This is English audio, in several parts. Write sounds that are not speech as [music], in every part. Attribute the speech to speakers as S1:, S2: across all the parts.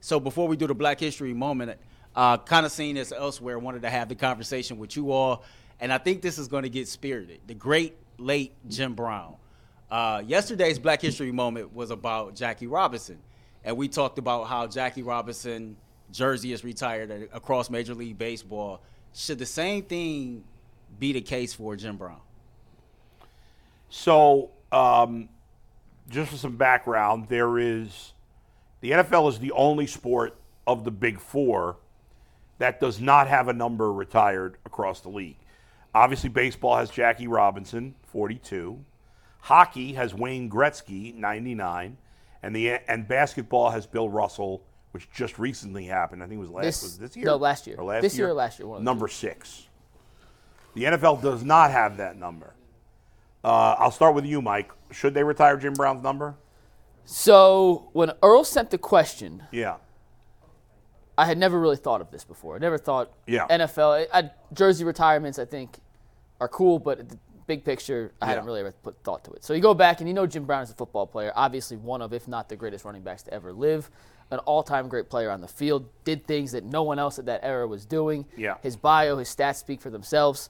S1: So before we do the Black History moment, uh, kind of seen this elsewhere, wanted to have the conversation with you all, and I think this is going to get spirited. The great late Jim Brown. Uh, yesterday's Black History moment was about Jackie Robinson, and we talked about how Jackie Robinson jersey is retired a- across Major League Baseball. Should the same thing be the case for Jim Brown?
S2: So, um, just for some background, there is the NFL is the only sport of the Big Four that does not have a number retired across the league. Obviously, baseball has Jackie Robinson, 42. Hockey has Wayne Gretzky, 99, and the and basketball has Bill Russell, which just recently happened. I think it was last
S3: This-
S2: was it this year.
S3: no, last year.
S2: Or last
S3: This year or last year, one of the
S2: number six. The NFL does not have that number. Uh, I'll start with you, Mike. Should they retire Jim Brown's number?
S3: So when Earl sent the question,
S2: Yeah.
S3: I had never really thought of this before. I never thought
S2: Yeah.
S3: NFL I, I, jersey retirements. I think are cool, but the big picture, I hadn't
S2: Yeah.
S3: really ever put thought to it. So you go back and you know Jim Brown is a football player, obviously one of, if not the greatest running backs to ever live, an all-time great player on the field, did things that no one else at that era was doing.
S2: Yeah.
S3: His bio, his stats speak for themselves.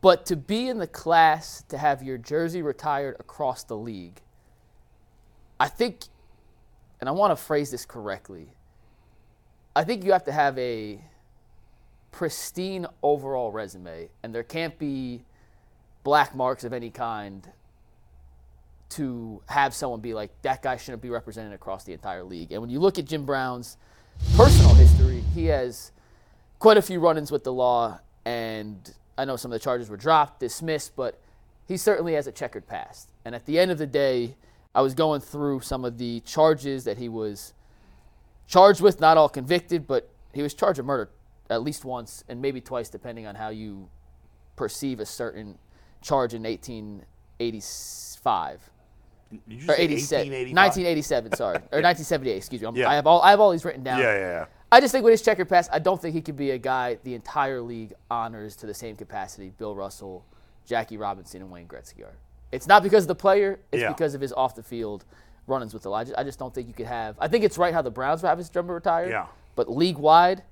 S3: But to be in the class to have your jersey retired across the league, I think, and I want to phrase this correctly. I think you have to have a pristine overall resume, and there can't be black marks of any kind to have someone be like, that guy shouldn't be represented across the entire league. And when you look at Jim Brown's personal history, he has quite a few run ins with the law, and I know some of the charges were dropped, dismissed, but he certainly has a checkered past. And at the end of the day, I was going through some of the charges that he was charged with, not all convicted, but he was charged with murder at least once and maybe twice, depending on how you perceive a certain charge in 1885
S2: Did you
S3: or
S2: say
S3: 87,
S2: 1885?
S3: 1987,
S2: [laughs]
S3: sorry, or 1978. Excuse me. I'm,
S2: Yeah.
S3: I have all I have all these written down.
S2: Yeah, yeah, yeah.
S3: I just think with his checker pass, I don't think he could be a guy the entire league honors to the same capacity. Bill Russell, Jackie Robinson, and Wayne Gretzky are. It's not because of the player. It's
S2: Yeah.
S3: because of his off the field run-ins with the. I just, I just don't think you could have. I think it's right how the Browns have his number retired.
S2: Yeah.
S3: But league wide,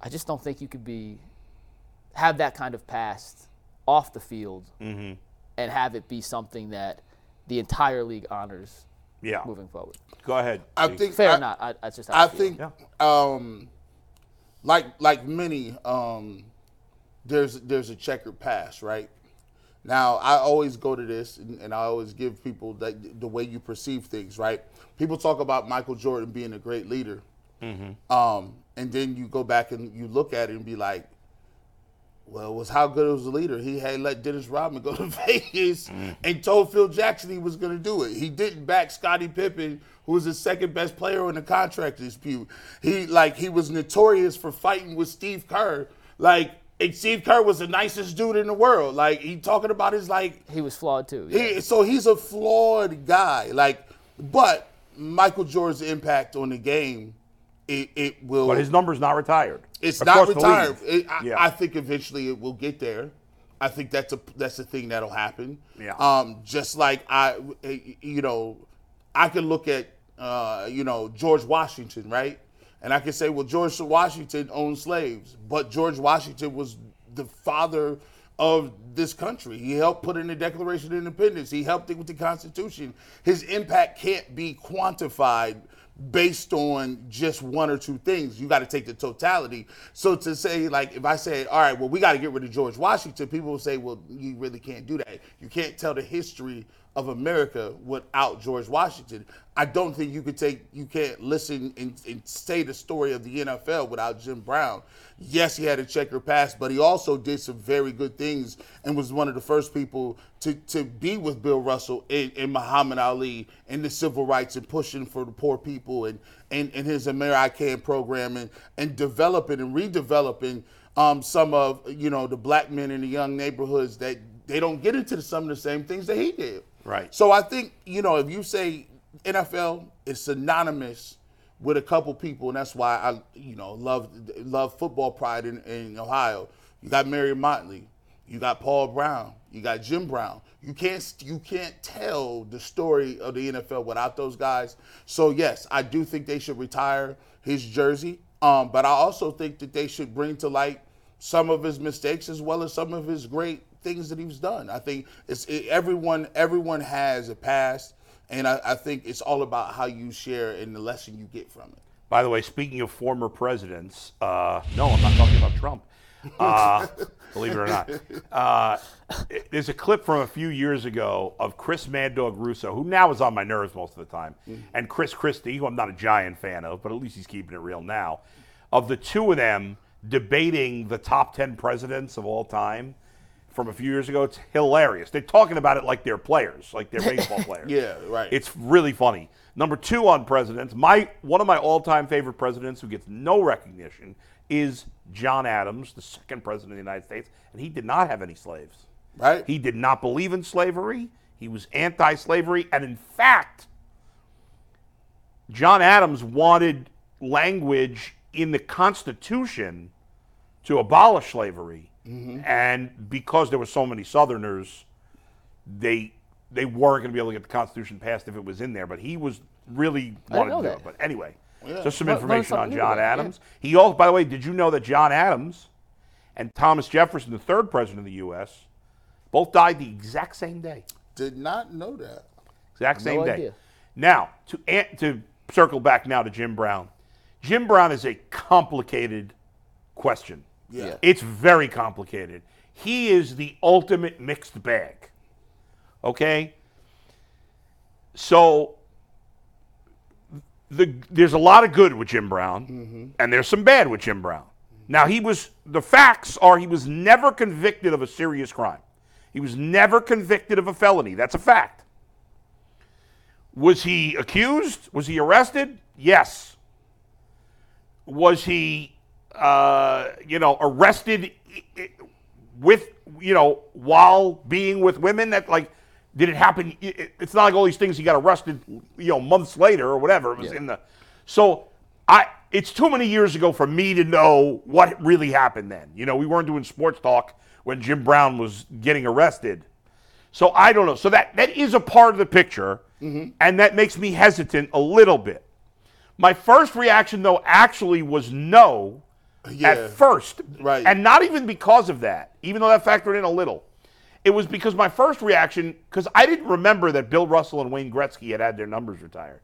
S3: I just don't think you could be have that kind of past off the field
S4: Mm-hmm.
S3: and have it be something that the entire league honors
S2: Yeah.
S3: moving forward.
S2: Go ahead.
S4: I
S2: Steve.
S4: think
S3: Fair
S4: Oh. I,
S3: or not, I, that's just how
S4: I
S3: feel.
S4: think, um, like like many, um, there's there's a checkered past, right? Now I always go to this, and, and I always give people that the way you perceive things, right? People talk about Michael Jordan being a great leader, um, and then you go back and you look at it and be like, well, was how good was the leader. He had let Dennis Rodman go [laughs] to Vegas
S2: Mm.
S4: and told Phil Jackson he was going to do it. He didn't back Scottie Pippen, who was the second best player in the contract dispute. He like he was notorious for fighting with Steve Kerr. Like and Steve Kerr was the nicest dude in the world. Like he talking about his like
S3: He was flawed too. yeah.
S4: he, so he's a flawed guy. Like, but Michael Jordan's impact on the game, it, it will.
S2: But his number's not retired.
S4: It's
S2: Across
S4: not
S2: the league.
S4: retired. It- I,
S2: Yeah.
S4: I think eventually it will get there. I think that's a that's a thing that'll happen.
S2: Yeah.
S4: Um, just like I, eh, you know, I can look at uh, you know George Washington, right? And I can say, well, George Washington owned slaves, but George Washington was the father of this country. He helped put in the Declaration of Independence. He helped it with the Constitution. His impact can't be quantified based on just one or two things. You got to take the totality. So to say, like, if I said, all right, well, we got to get rid of George Washington, people will say, well, you really can't do that. You can't tell the history of America without George Washington. I don't think you could take, you can't listen and, and say the story of the NFL without Jim Brown. Yes, he had a checker pass, but he also did some very good things and was one of the first people to, to be with Bill Russell and, and Muhammad Ali and the civil rights and pushing for the poor people and, and, and his AmeriCan program and, and developing and redeveloping um, some of, you know, the black men in the young neighborhoods that they don't get into some of the same things that he did.
S2: Right.
S4: So I think, you know, if you say NFL is synonymous with a couple people, and that's why I, you know, love love football pride in, in Ohio. You got Mary Motley, you got Paul Brown, you got Jim Brown. You can't you can't tell the story of the NFL without those guys. So yes, I do think they should retire his jersey. Um, but I also think that they should bring to light some of his mistakes as well as some of his great things that he's done. I think it's it, everyone everyone has a past, and I, I think it's all about how you share and the lesson you get from it.
S2: By the way, speaking of former presidents, uh, no, I'm not talking about Trump.
S4: [laughs]
S2: Uh, believe it or not, uh, it- there's a clip from a few years ago of Chris Mad Dog Russo, who now is on my nerves most of the time,
S4: Mm.
S2: and Chris Christie, who I'm not a giant fan of, but at least he's keeping it real now. Of the two of them debating the top ten presidents of all time from a few years ago, it's hilarious. They're talking about it like they're players, like they're
S4: [laughs]
S2: baseball players.
S4: Yeah, right.
S2: It's really funny. Number two on presidents, my one of my all-time favorite presidents who gets no recognition is John Adams, the second president of the United States, and he did not have any slaves.
S4: Right.
S2: He did not believe in slavery. He was anti-slavery, and in fact, John Adams wanted language in the Constitution to abolish slavery,
S3: Mm-hmm.
S2: and because there were so many Southerners, they they weren't going to be able to get the Constitution passed if it was in there. But he was really wanted to
S3: know
S2: do it.
S3: that.
S2: But anyway,
S4: Yeah.
S2: just some
S3: Well,
S2: information
S3: well,
S2: on
S3: it's
S2: John
S3: unbelievable,
S2: Adams. He also, by the way, did you know that John Adams and Thomas Jefferson, the third president of the U.S., both died the exact same day.
S4: Did not know that.
S2: Exact same day.
S3: idea.
S2: Now to an- to circle back now to Jim Brown. Jim Brown is a complicated question.
S4: Yeah. Yeah.
S2: It's very complicated. He is the ultimate mixed bag. Okay? So the there's a lot of good with Jim Brown and there's some bad with Jim Brown. Now he was the facts are he was never convicted of a serious crime. He was never convicted of a felony. That's a fact. Was he accused? Was he arrested? Yes. Was he, uh, you know, arrested i- i- with, you know, while being with women? That like, did it happen? i- i- It's not like all these things he got arrested, you know, months later or whatever. It was
S3: Yeah.
S2: in the. So I, it's too many years ago for me to know what really happened then. You know, we weren't doing sports talk when Jim Brown was getting arrested. So I don't know. So that that is a part of the picture,
S4: Mm-hmm.
S2: and that makes me hesitant a little bit. My first reaction though actually was no
S4: Yeah.
S2: at first,
S4: Right.
S2: And not even because of that, even though that factored in a little. It was because my first reaction, because I didn't remember that Bill Russell and Wayne Gretzky had had their numbers retired,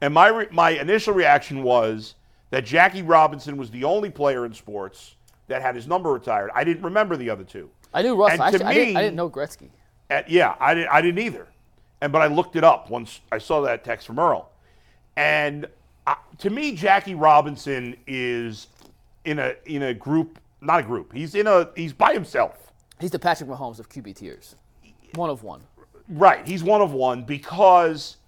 S2: and my re- my initial reaction was that Jackie Robinson was the only player in sports that had his number retired. I didn't remember the other two.
S3: I knew Russell.
S2: And
S3: Actually,
S2: to
S3: I, didn't, I
S2: me-
S3: didn't know Gretzky.
S2: And yeah, I didn't, I didn't either. And but I looked it up once I saw that text from Earl. And I, to me, Jackie Robinson is in a in a group, not a group. He's in a he's by himself.
S3: He's the Patrick Mahomes of QB tiers. One of one.
S2: Right, he's one of one because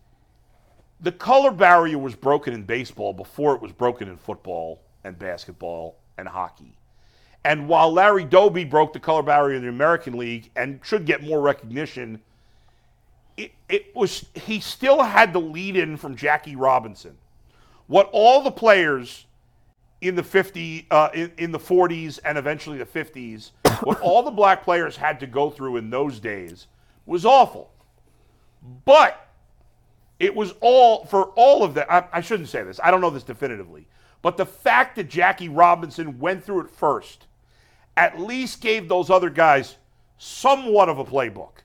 S2: the color barrier was broken in baseball before it was broken in football and basketball and hockey. And while Larry Doby broke the color barrier in the American League and should get more recognition, it, it was he still had the lead in from Jackie Robinson. What all the players in the 50 uh, in, in the 40s and eventually the 50s what all the black players had to go through in those days was awful but it was all for all of that I, I shouldn't say this i don't know this definitively but the fact that jackie robinson went through it first at least gave those other guys somewhat of a playbook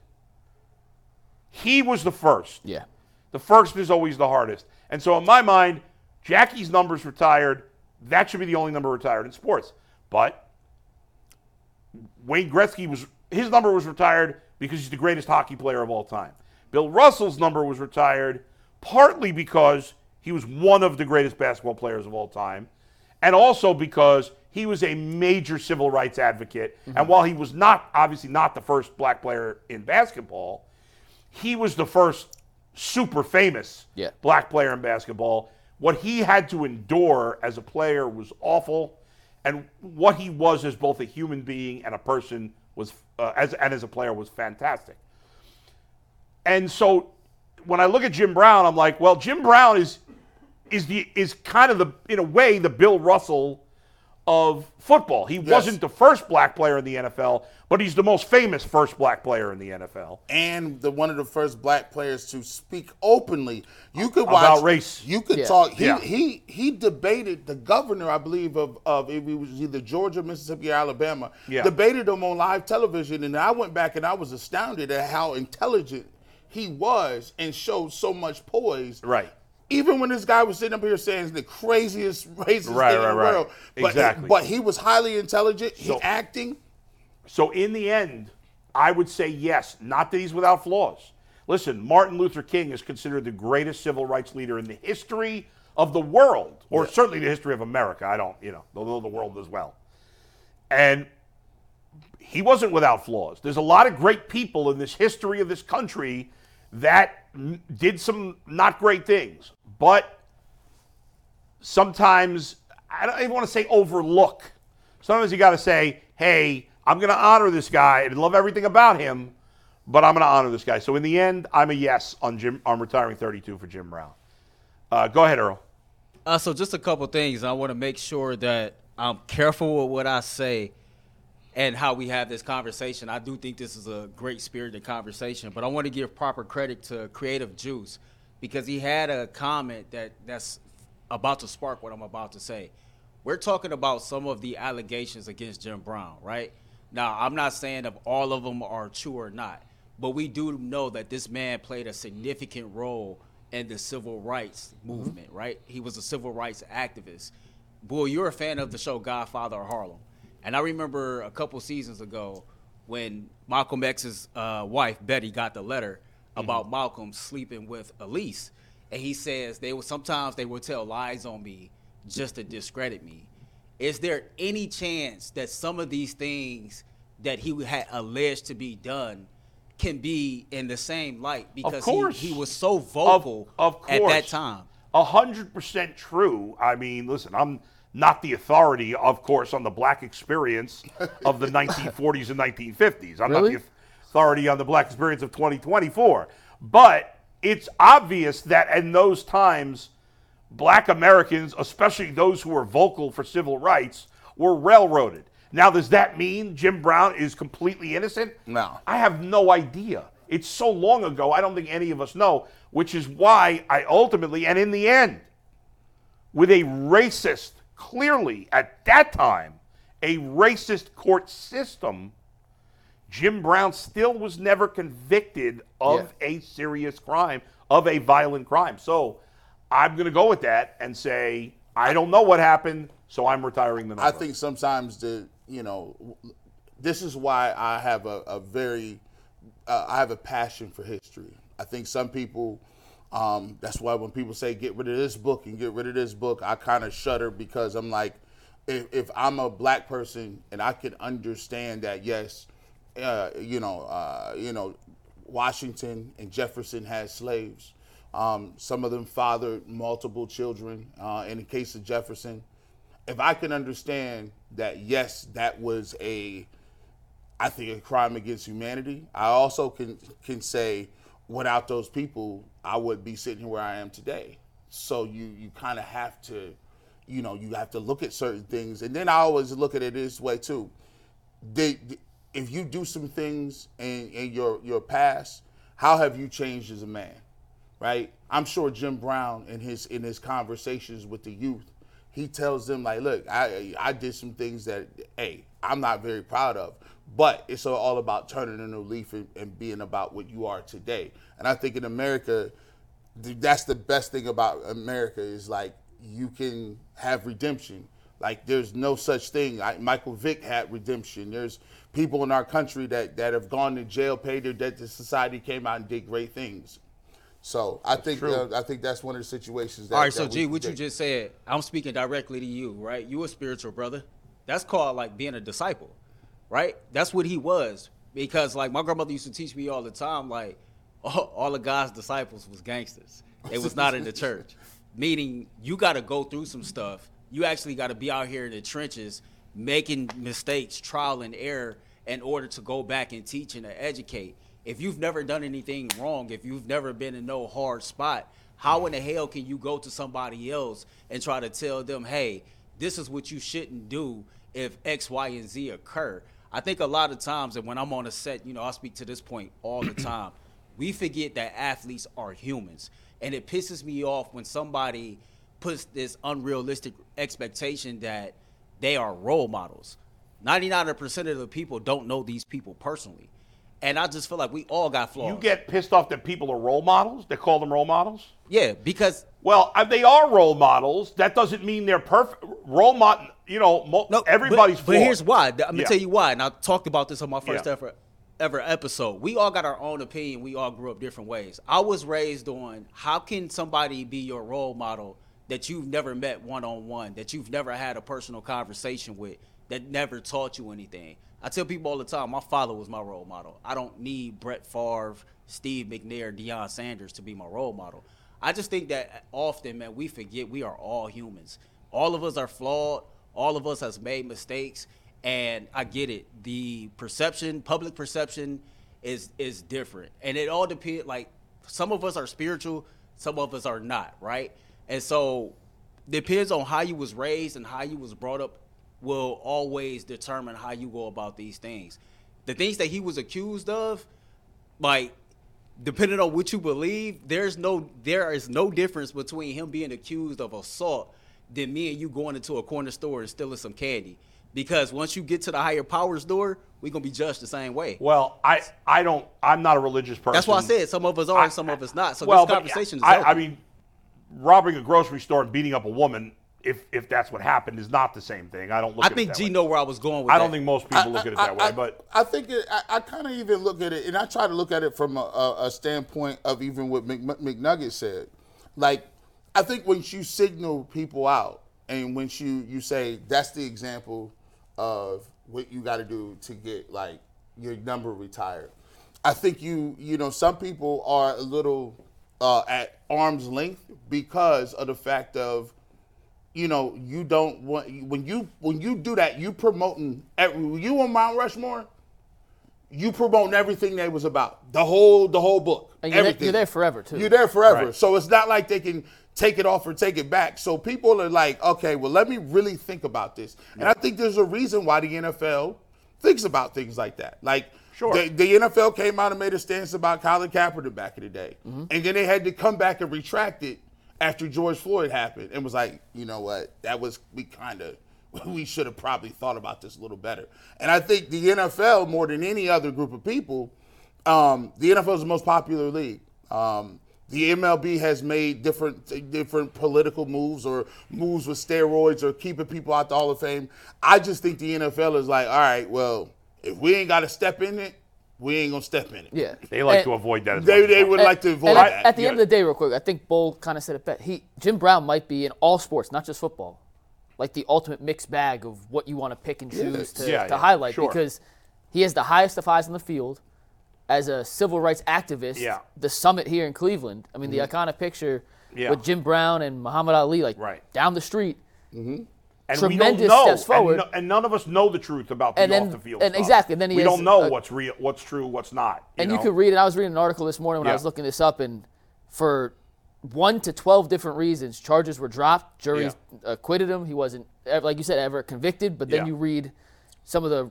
S2: he was the first
S3: Yeah.
S2: the first is always the hardest. And so in my mind, Jackie's number's retired. That should be the only number retired in sports. But Wayne Gretzky was his number was retired because he's the greatest hockey player of all time. Bill Russell's number was retired partly because he was one of the greatest basketball players of all time, and also because he was a major civil rights advocate. And while he was not obviously not the first black player in basketball, he was the first super famous
S3: Yeah.
S2: black player in basketball. What he had to endure as a player was awful, and what he was as both a human being and a person was uh, as and as a player was fantastic. And so, when I look at Jim Brown, I'm like, well, Jim Brown is is the is kind of the in a way the Bill Russell of football. He wasn't the first black player in the NFL, but he's the most famous first black player in the NFL.
S4: and the one of the first black players to speak openly. You could watch
S2: About race.
S4: You could
S3: Yeah.
S4: talk. He,
S2: Yeah.
S4: he he debated the governor, I believe, of of if it was either Georgia, Mississippi, or Alabama.
S2: Yeah.
S4: Debated him on live television, and I went back and I was astounded at how intelligent he was and showed so much poise.
S2: Right.
S4: Even when this guy was sitting up here saying the craziest racist
S2: Right,
S4: thing
S2: right,
S4: in the
S2: right.
S4: world, but
S2: Exactly.
S4: but he was highly intelligent. He
S2: So-
S4: acting.
S2: So in the end, I would say yes. Not that he's without flaws. Listen, Martin Luther King is considered the greatest civil rights leader in the history of the world, or certainly the history of America. I don't, you know, although the world as well. And he wasn't without flaws. There's a lot of great people in this history of this country that m- did some not great things, but sometimes I don't even want to say overlook. Sometimes you got to say, "Hey, I'm going to honor this guy and love everything about him, but I'm going to honor this guy." So in the end, I'm a yes on Jim. I'm retiring 32 for Jim Brown. Uh, go ahead, Earl.
S1: Uh, so just a couple things. I want to make sure that I'm careful with what I say and how we have this conversation. I do think this is a great spirited conversation, but I want to give proper credit to Creative Juice because he had a comment that that's about to spark what I'm about to say. We're talking about some of the allegations against Jim Brown, right? Now, I'm not saying if all of them are true or not, but we do know that this man played a significant role in the civil rights movement, right? He was a civil rights activist. Bull, you're a fan of the show Godfather of Harlem. And I remember a couple seasons ago when Malcolm X's uh, wife Betty got the letter
S2: Mm-hmm.
S1: about Malcolm sleeping with Elise, and he says they will sometimes they will tell lies on me just to discredit me. Is there any chance that some of these things that he had alleged to be done can be in the same light because
S2: course.
S1: he, he was so
S2: Of-
S1: vocal
S2: of,
S1: at that
S2: course.
S1: time?
S2: A hundred percent true. I mean, listen, I'm not the authority, of course, on the black experience of the 1940s and 1950s. I'm
S3: Really?
S2: not the authority on the black experience of 2024. But it's obvious that in those times, black Americans, especially those who were vocal for civil rights, were railroaded. Now, does that mean Jim Brown is completely innocent?
S4: No.
S2: I have no idea. It's so long ago, I don't think any of us know, which is why I ultimately, and in the end, with a racist, clearly at that time, a racist court system, Jim Brown still was never convicted of a serious crime, of a violent crime. So I'm going to go with that and say, I don't know what happened, so I'm retiring the number.
S4: I think sometimes the you know w- this is why I have a, a very uh, I have a passion for history. I think some people um, that's why when people say get rid of this book and get rid of this book, I kind of shudder because I'm like, if, if I'm a black person and I can understand that yes, uh, you know uh, you know Washington and Jefferson had slaves. Um, some of them fathered multiple children. Uh, in the case of Jefferson, if I can understand that, yes, that was a, I think, a crime against humanity. I also can can say, without those people, I would be sitting where I am today. So you you kind of have to, you know, you have to look at certain things, and then I always look at it this way too they, if you do some things in, in your your past, how have you changed as a man? Right? I'm sure Jim Brown in his in his conversations with the youth, he tells them like, look, I I did some things that hey, I'm not very proud of. But it's all about turning a new leaf and, and being about what you are today. And I think in America, th- that's the best thing about America is like you can have redemption. Like there's no such thing. Like Michael Vick had redemption. There's people in our country that that have gone to jail, paid their debt to society, came out and did great things. So I think uh, I think that's one of the situations. That,
S1: All right, so
S4: that we
S1: G, what you
S4: predict.
S1: just said, I'm speaking directly to you, right? You a spiritual brother. That's called like being a disciple, right? That's what he was. Because like my grandmother used to teach me all the time, like [laughs] all, all of God's disciples was gangsters. They was not in the
S4: [laughs]
S1: church. Meaning you gotta go through some stuff. You actually gotta be out here in the trenches making mistakes, trial and error in order to go back and teach and to educate. If you've never done anything wrong, if you've never been in no hard spot, how in the hell can you go to somebody else and try to tell them, hey, this is what you shouldn't do if X, Y, and Z occur. I think a lot of times, and when I'm on a set, you know, I speak to this point all
S2: [clears throat]
S1: the time. We forget that athletes are humans, and it pisses me off when somebody puts this unrealistic expectation that they are role models. 99% of the people don't know these people personally. And I just feel like we all got flaws.
S2: You get pissed off that people are role models. They call them role models.
S1: yeah, because
S2: Well, if they are role models. That doesn't mean they're perfect. Role model, you know, mo-
S1: No,
S2: everybody's.
S1: But,
S2: flawed.
S1: but here's why. I'm gonna
S2: Yeah.
S1: tell you why. And I talked about this on my first
S2: Yeah.
S1: ever ever episode. We all got our own opinion. We all grew up different ways. I was raised on how can somebody be your role model that you've never met one on one, that you've never had a personal conversation with, that never taught you anything. I tell people all the time, my father was my role model. I don't need Brett Favre, Steve McNair, Deion Sanders to be my role model. I just think that often, man, we forget we are all humans. All of us are flawed. All of us has made mistakes, and I get it. The perception, public perception, is is different, and it all depends. Like some of us are spiritual, some of us are not, right? And so, depends on how you was raised and how you was brought up will always determine how you go about these things. The things that he was accused of, like depending on what you believe, there's no there is no difference between him being accused of assault than me and you going into a corner store and stealing some candy. Because once you get to the higher powers door, we're gonna be judged the same way.
S2: Well, I, I don't. I'm not a religious person.
S1: That's why I said some of us are, and some of us not. So this
S2: but
S1: conversation is
S2: I,
S1: over.
S2: I mean, robbing a grocery store and beating up a woman, if if that's what happened, is not the same thing. I don't
S1: I
S2: look. at it
S1: think
S2: that
S1: G
S2: way.
S1: know where I was going with
S2: I don't
S1: that.
S2: think most people look at it that way,
S4: I,
S2: but
S4: I think it, I, I kind of even look at it, and I try to look at it from a, a, a standpoint of even what Mc, McNugget said. Like, I think when you signal people out, and when you you say that's the example of what you got to do to get like your number retired, I think you you know some people are a little uh, at arm's length because of the fact of you know, you don't want when you when you do that, you promoting every you on Mount Rushmore, you promoting everything they was about. The whole the whole book.
S3: And you're there-
S4: everything.
S3: you're there forever, too.
S4: You're there forever.
S2: Right.
S4: So it's not like they can take it off or take it back. So people are like, okay, well let me really think about this. And I think there's a reason why the NFL thinks about things like that. Like
S2: Sure.
S4: the, the NFL came out and made a stance about Colin Kaepernick back in the day.
S2: Mm-hmm.
S4: And then they had to come back and retract it after George Floyd happened and was like, you know what, that was, we kind of, [laughs] we should have probably thought about this a little better. And I think the NFL, more than any other group of people, um, the NFL is the most popular league. Um, the MLB has made different different political moves or moves with steroids or keeping people out the Hall of Fame. I just think the NFL is like, all right, well, if we ain't got to step in it, we ain't gonna step in it.
S3: Yeah.
S2: they like
S3: And-
S2: to avoid that. As much
S4: They,
S2: as
S4: they
S2: possible.
S4: would
S3: And-
S4: like to
S3: and
S4: avoid
S3: at,
S4: that.
S3: at the
S2: yeah.
S3: end of the day, real quick, I think Bull kind of said it best. He Jim Brown might be in all sports, not just football, like the ultimate mixed bag of what you want to pick and choose to,
S2: Yeah,
S3: to
S2: yeah,
S3: highlight
S2: sure.
S3: because he has the highest of highs on the field as a civil rights activist.
S2: Yeah. Mm-hmm.
S3: The summit here in Cleveland. I mean, the iconic picture
S2: Yeah.
S3: with Jim Brown and Muhammad Ali, like
S2: Right.
S3: down the street.
S2: and we
S3: tremendous
S2: don't know,
S3: steps forward.
S2: And, no- and none of us know the truth about the
S3: And then-
S2: off the field.
S3: and
S2: stuff.
S3: exactly, and then he
S2: we
S3: has
S2: don't know
S3: a-
S2: what's real, what's true, what's not.
S3: and you
S2: know?
S3: could read it. I was reading an article this morning when I
S2: Yeah.
S3: was looking this up, and for one to twelve different reasons, charges were dropped. Juries acquitted him. He wasn't, ev- like you said, ever convicted. But then
S2: Yeah.
S3: you read some of the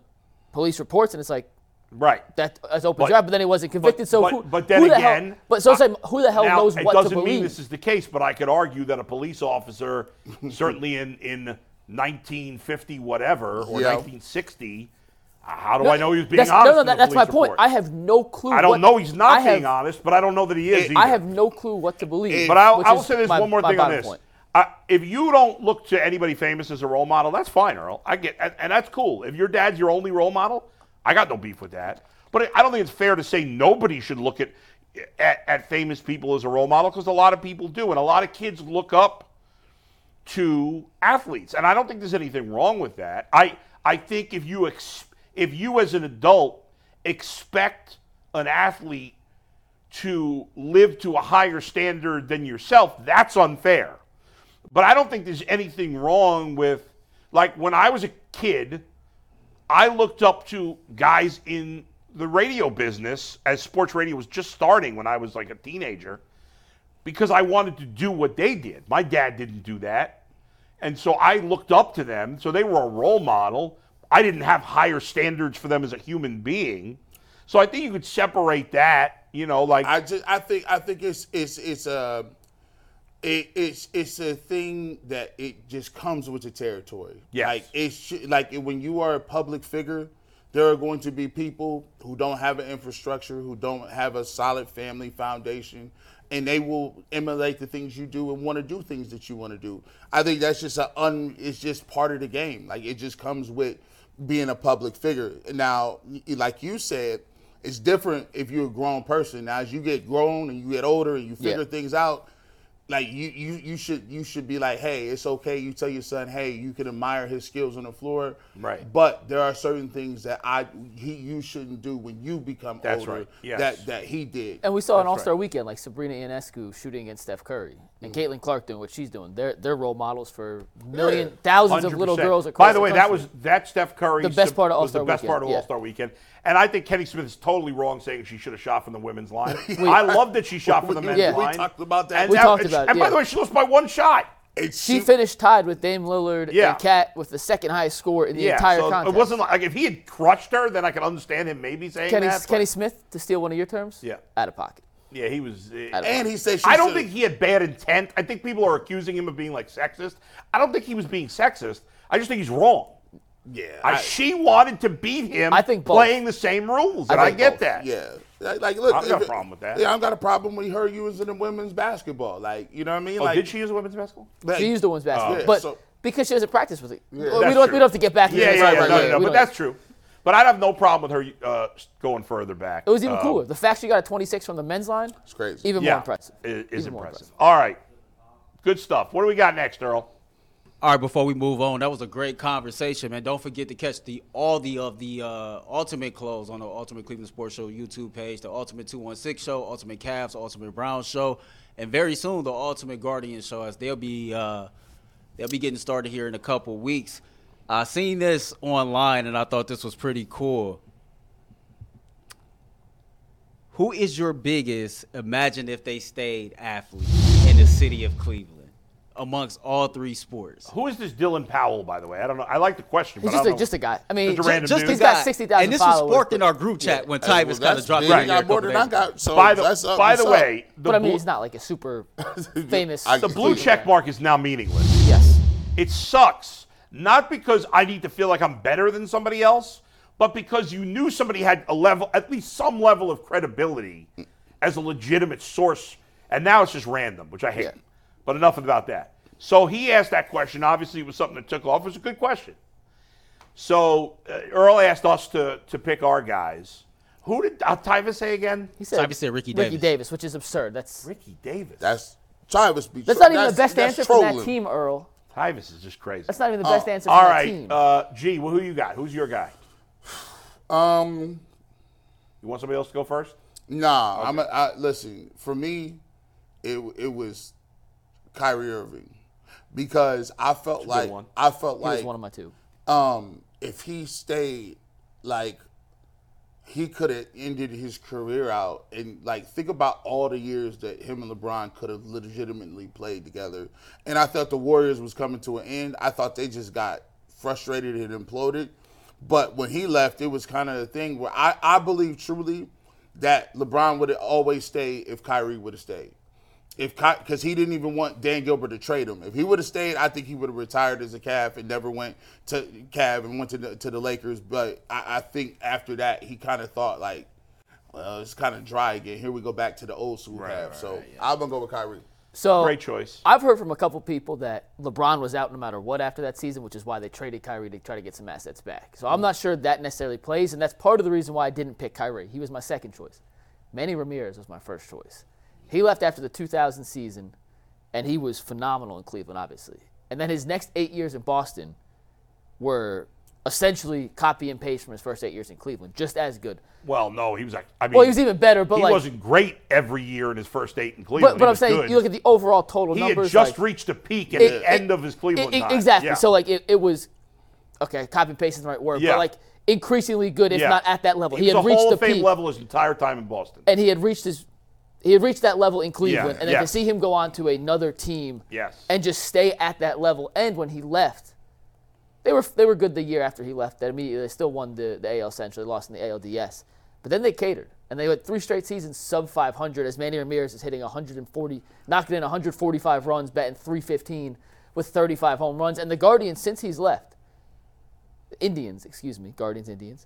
S3: police reports, and it's like
S2: right.
S3: that that's open
S2: But-
S3: job. But then he wasn't convicted. so
S2: but,
S3: who,
S2: but then
S3: who the hell-
S2: again,
S3: but so it's
S2: I-
S3: like, who the hell
S2: now,
S3: knows
S2: It
S3: what to
S2: doesn't
S3: believe?
S2: mean this is the case, but I could argue that a police
S3: [laughs]
S2: officer, certainly in in 1950 whatever or
S4: Yeah.
S2: 1960, uh, how do I know he was being
S3: that's,
S2: honest?
S3: no, no,
S2: in
S3: that,
S2: the
S3: that's my
S2: police
S3: point.
S2: report?
S3: I have no clue.
S2: I don't
S3: what-
S2: know he's not
S3: I
S2: being
S3: have,
S2: honest, but I don't know that he is. either.
S3: I have no clue what to believe.
S2: But I'll,
S3: which
S2: I'll
S3: is
S2: say this
S3: my-
S2: one more
S3: my
S2: thing on
S3: bottom
S2: this.
S3: point.
S2: I, if you don't look to anybody famous as a role model, that's fine, Earl. I get, and, and that's cool. If your dad's your only role model, I got no beef with that. But I don't think it's fair to say nobody should look at at, at famous people as a role model because a lot of people do, and a lot of kids look up to athletes, and I don't think there's anything wrong with that. I I think if you ex, if you as an adult expect an athlete to live to a higher standard than yourself, that's unfair. But I don't think there's anything wrong with, like, when I was a kid, I looked up to guys in the radio business as sports radio was just starting when I was like a teenager because I wanted to do what they did. My dad didn't do that. And so I looked up to them. So they were a role model. I didn't have higher standards for them as a human being. So I think you could separate that, you know, like
S4: I just I think I think it's it's it's a it, it's it's a thing that it just comes with the territory.
S2: Yes.
S4: Like it's sh- like when you are a public figure, there are going to be people who don't have an infrastructure, who don't have a solid family foundation, and they will emulate the things you do and want to do things that you want to do. I think that's just a un. It's just part of the game. Like it just comes with being a public figure. Now, y- like you said, it's different if you're a grown person. Now, as you get grown and you get older and you figure things out, like you, you you should you should be like, hey, it's okay. You tell your son, hey, you can admire his skills on the floor,
S2: Right.
S4: But there are certain things that I he you shouldn't do when you become
S2: That's
S4: older
S2: right. Yes.
S4: that that he did.
S3: And we saw an All Star weekend like Sabrina Ionescu shooting against Steph Curry
S2: Mm.
S3: and Caitlin Clark doing what she's doing. They're they're role models for million thousands of little
S2: 100%.
S3: girls across.
S2: By the way, that
S3: country.
S2: was that Steph Curry.
S3: The best
S2: sub-
S3: part of
S2: was the
S3: All-Star
S2: best part of
S3: Weekend, yeah.
S2: All Star Weekend, and I think Kenny Smith is totally wrong saying she should have shot from the women's
S4: [laughs]
S2: line. I love that she shot from the
S4: We-
S2: men's
S3: yeah.
S2: line.
S3: we
S4: talked about that.
S2: And
S4: We
S3: talked about it,
S2: And by
S3: yeah.
S2: the way, she lost by one shot.
S4: And
S3: she finished tied with Dame Lillard
S2: Yeah.
S3: and Kat with the second highest score in the
S2: yeah,
S3: entire
S2: so
S3: contest.
S2: it wasn't like if he had crushed her, then I could understand him maybe saying
S3: Kenny,
S2: that. but-
S3: Kenny Smith to steal one of your terms.
S2: Yeah.
S3: out of pocket.
S2: yeah, he was. eh.
S4: and he said, she
S2: I don't
S4: should've-
S2: think he had bad intent. I think people are accusing him of being like sexist. I don't think he was being sexist. I just think he's wrong.
S4: yeah,
S2: I, she wanted to beat him.
S3: I think both.
S2: playing the same rules, and I,
S3: think
S2: get
S3: both,
S2: that.
S4: Yeah. Like, like, look,
S2: I don't got a
S4: if it-
S2: problem with that.
S4: Yeah, I don't got a problem with her using the women's basketball. Like, you know what I mean?
S2: Oh,
S4: like,
S2: did she use a women's basketball?
S4: like,
S3: She used the women's basketball,
S4: yeah,
S3: but
S4: so-
S3: because she doesn't practice with it, Well,
S2: Uh, That's
S3: we don't
S2: true.
S3: we don't have to get back. into
S2: Yeah,
S3: this
S2: yeah,
S3: right,
S2: yeah,
S3: right,
S2: no,
S3: right.
S2: no,
S3: We
S2: but
S3: don't-
S2: that's true. But I'd have no problem with her uh, going further back.
S3: It was even cooler. The fact she got a 26 from the men's line,
S4: It's crazy.
S3: even
S2: Uh, yeah,
S3: more impressive.
S2: i- Is,
S3: Even more
S2: impressive. All right, good stuff. What do we got next, Earl?
S1: All right, before we move on, that was a great conversation, man. Don't forget to catch the all the of the uh, Ultimate Clothes on the Ultimate Cleveland Sports Show YouTube page, the Ultimate 216 Show, Ultimate Cavs, Ultimate Brown Show, and very soon the Ultimate Guardian Show, as they'll be uh, they'll be getting started here in a couple weeks. I seen this online and I thought this was pretty cool. Who is your biggest imagine if they stayed athlete in the city of Cleveland amongst all three sports?
S2: Who is this Dylan Powell, by the way? I don't know. I like the question,
S3: He's
S2: but I
S3: just
S2: don't
S3: a, just a
S2: know.
S3: guy. I mean,
S2: Just a random
S1: just
S2: dude.
S1: a
S3: he's
S1: guy.
S3: got 60,000
S1: And this was
S3: followers.
S1: sparked
S3: but-
S1: in our group chat when
S4: Well,
S1: Tyvus kind
S4: that's
S1: of dropped
S4: big.
S1: it. in
S4: He
S1: here a
S4: got more
S1: couple
S4: than
S1: days
S4: I
S1: ago.
S4: got. So
S2: By the,
S4: that's up,
S2: by
S4: that's
S2: the
S4: up.
S2: way, the,
S3: But I mean,
S2: blue-
S3: he's not like
S2: [laughs]
S3: a super famous.
S4: I-
S2: the [laughs] blue check mark is now meaningless.
S3: yes.
S2: It sucks. Not because I need to feel like I'm better than somebody else, but because you knew somebody had a level, at least some level of credibility as a legitimate source. And now it's just random, which I hate. But enough about that. So he asked that question. Obviously, it was something that took off. It was a good question. So uh, Earl asked us to, to pick our guys. Who did uh, Tyva say again?
S3: He said,
S1: Tyvus said Ricky Davis.
S3: which is absurd. That's
S2: Ricky Davis.
S4: that's Travis. Be
S3: that's not even the
S4: that's-
S3: best
S4: that's
S3: answer
S4: trolling.
S3: from that team, Earl.
S2: Tyvis is just crazy.
S3: That's not even the best answer from
S2: Oh, All
S3: that
S2: right,
S3: team.
S2: uh, G. Well, who you got? Who's your guy?
S4: Um,
S2: You want somebody else to go first?
S4: nah. I'm. A, I, listen, for me, it it was Kyrie Irving because I felt like
S2: one.
S4: I felt
S3: he
S4: like
S3: was one of my two.
S4: um, if he stayed, like, he could have ended his career out. And, like, think about all the years that him and LeBron could have legitimately played together. And I thought the Warriors was coming to an end. I thought they just got frustrated and imploded. But when he left, it was kind of a thing where I, I believe truly that LeBron would have always stayed if Kyrie would have stayed if because he didn't even want Dan Gilbert to trade him. If he would have stayed, I think he would have retired as a Cav and never went to Cav and went to the, to the Lakers. But I, I think after that, he kind of thought like, well, it's kind of dry again. Here we go back to the old school Cav. so I'm gonna go with Kyrie.
S3: So
S2: Great choice.
S3: I've heard from a couple people that LeBron was out no matter what after that season, which is why they traded Kyrie to try to get some assets back. So I'm
S2: Mm.
S3: not sure that necessarily plays, and that's part of the reason why I didn't pick Kyrie. He was my second choice. Manny Ramirez was my first choice. He left after the 2000 season, and he was phenomenal in Cleveland, obviously. And then his next eight years in Boston were essentially copy and paste from his first eight years in Cleveland, just as good.
S2: Well, no, he was like. I mean,
S3: Well, he was even better, but
S2: he
S3: like,
S2: wasn't great every year in his first eight in Cleveland.
S3: but, but
S2: He
S3: I'm
S2: was
S3: saying
S2: good.
S3: you look at the overall total
S2: he
S3: numbers.
S2: had just
S3: like-
S2: reached a peak at
S3: It-
S2: the
S3: it-
S2: end of his Cleveland
S3: I- I-
S2: time.
S3: Exactly.
S2: Yeah.
S3: So like it, it was okay. Copy and paste isn't the right word,
S2: Yeah.
S3: but like increasingly good, if
S2: Yeah.
S3: not at that level. He,
S2: he was
S3: had
S2: a
S3: reached
S2: Hall
S3: the
S2: of Fame
S3: peak,
S2: level his entire time in Boston.
S3: and he had reached his he had reached that level in Cleveland,
S2: Yeah,
S3: and then
S2: yeah.
S3: to see him go on to another team
S2: Yes.
S3: and just stay at that level. And when he left, they were they were good the year after he left. That immediately they still won the, the AL Central. They lost in the ALDS, but then they catered and they went three straight seasons sub 500. As Manny Ramirez is hitting 140, knocking in 145 runs, batting 315 with 35 home runs. And the Guardians, since he's left, the Indians, excuse me, Guardians Indians,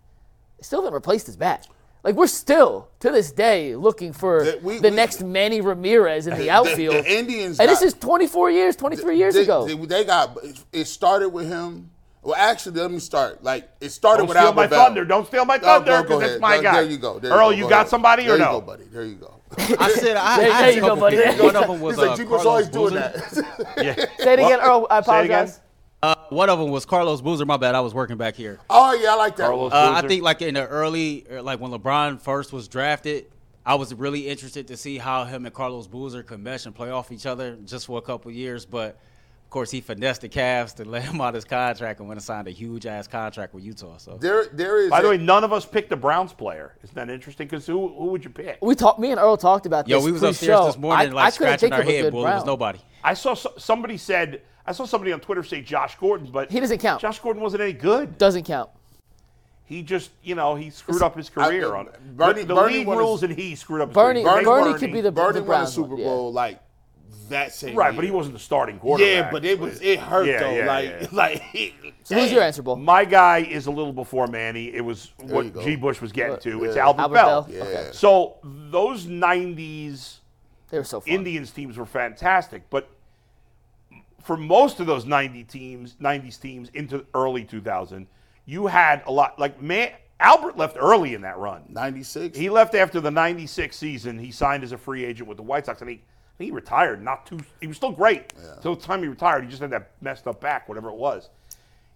S3: they still haven't replaced his bat. Like we're still to this day looking for
S4: The- we-
S3: the
S4: we-
S3: next Manny Ramirez in the outfield.
S4: [laughs] the Indians
S3: and this
S4: got-
S3: is 24 years, 23 years
S4: they,
S3: ago.
S4: They, they got it started with him. Well, actually, let me start. Like it started
S2: Don't
S4: with
S2: steal
S4: Albert
S2: my
S4: Bell.
S2: thunder. Don't steal my thunder, 'cause it's
S4: ahead.
S2: my
S4: There-
S2: guy.
S4: There you go. There
S2: Earl,
S4: you, go.
S2: you
S4: Go
S2: got
S4: ahead.
S2: somebody or
S4: there
S2: no?
S4: You go, buddy. There you go.
S3: [laughs]
S1: I said I,
S3: There-
S1: I
S3: there
S4: [laughs]
S1: asked
S3: you
S1: a
S3: go,
S1: couple
S3: buddy.
S1: people. One of them was
S4: He's like,
S1: uh,
S4: Jeepers
S1: Carlos
S4: always doing
S1: Boozer.
S4: [laughs] that.
S2: Yeah.
S3: Say it again,
S2: What?
S3: Earl. I
S2: Say it again.
S3: apologize.
S1: Uh, one of them was Carlos Boozer. My bad. I was working back here.
S4: oh yeah, I like that.
S2: Carlos
S4: one.
S1: Uh, I
S2: Boozer.
S1: think like in the early, or, like when LeBron first was drafted, I was really interested to see how him and Carlos Boozer could mesh and play off each other just for a couple years. But of course, he finessed the Cavs to [laughs] let him out his contract and went and signed a huge ass contract with Utah. So
S4: There, there is.
S2: By the
S4: a-
S2: way, none of us picked a Browns player. Isn't that interesting? Because who, who would you pick?
S3: We talked. Me and Earl talked about
S1: yo,
S3: this.
S1: we was
S3: pre-show.
S1: upstairs this morning
S3: I,
S1: like
S3: I couldn't
S1: scratching
S3: think
S1: our
S3: of a
S1: head,
S3: good
S1: bull. It was
S3: round.
S1: nobody.
S2: I saw so, somebody said I saw somebody on Twitter say Josh Gordon, but
S3: He doesn't count.
S2: Josh Gordon wasn't any good.
S3: Doesn't count.
S2: He just you know he screwed up his career
S4: I-
S2: on it.
S4: Bernie-
S2: the
S4: Bernie
S2: league
S4: won his-
S2: rules and he screwed up. His
S3: Bernie,
S2: career.
S3: Bernie,
S2: They
S3: could be the
S4: Bernie
S3: the
S4: won the
S3: Browns
S4: Super
S3: one, yeah.
S4: Bowl like that same.
S2: right,
S4: year.
S2: but he wasn't the starting quarterback.
S4: Yeah, but it was it hurt
S2: Yeah,
S4: though.
S2: yeah,
S4: like,
S2: yeah.
S4: [laughs] like he,
S3: So who's your answer, Bull?
S2: My guy is a little before Manny. It was
S4: you
S2: what
S4: go.
S2: G. Bush was getting to. It's
S4: Yeah.
S2: Albert,
S3: Albert
S2: Bell.
S3: Bell?
S4: Yeah.
S3: Okay.
S2: So those '90s
S3: They were so fun.
S2: Indians teams were fantastic, but for most of those 90 teams, 90s teams into early 2000, you had a lot like man Albert left early in that run.
S4: ninety six.
S2: He left after the 96 season. He signed as a free agent with the White Sox and he I think he retired not too he was still great till the time he retired. He just had that messed up back whatever it was.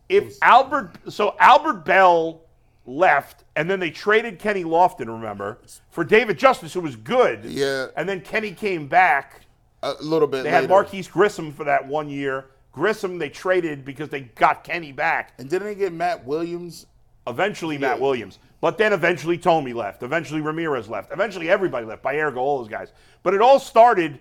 S2: If Albert so Albert Bell left and then they traded Kenny Lofton remember for David Justice who was good.
S4: Yeah.
S2: And then Kenny came back
S4: A little
S2: they
S4: bit. later.
S2: had Marquise Grissom for that one year. Grissom they traded because they got Kenny back.
S4: And didn't they get Matt Williams?
S2: Eventually Matt Williams. But then eventually Tomey left. Eventually Ramirez left. Eventually everybody left. Bayerga, all those guys. But it all started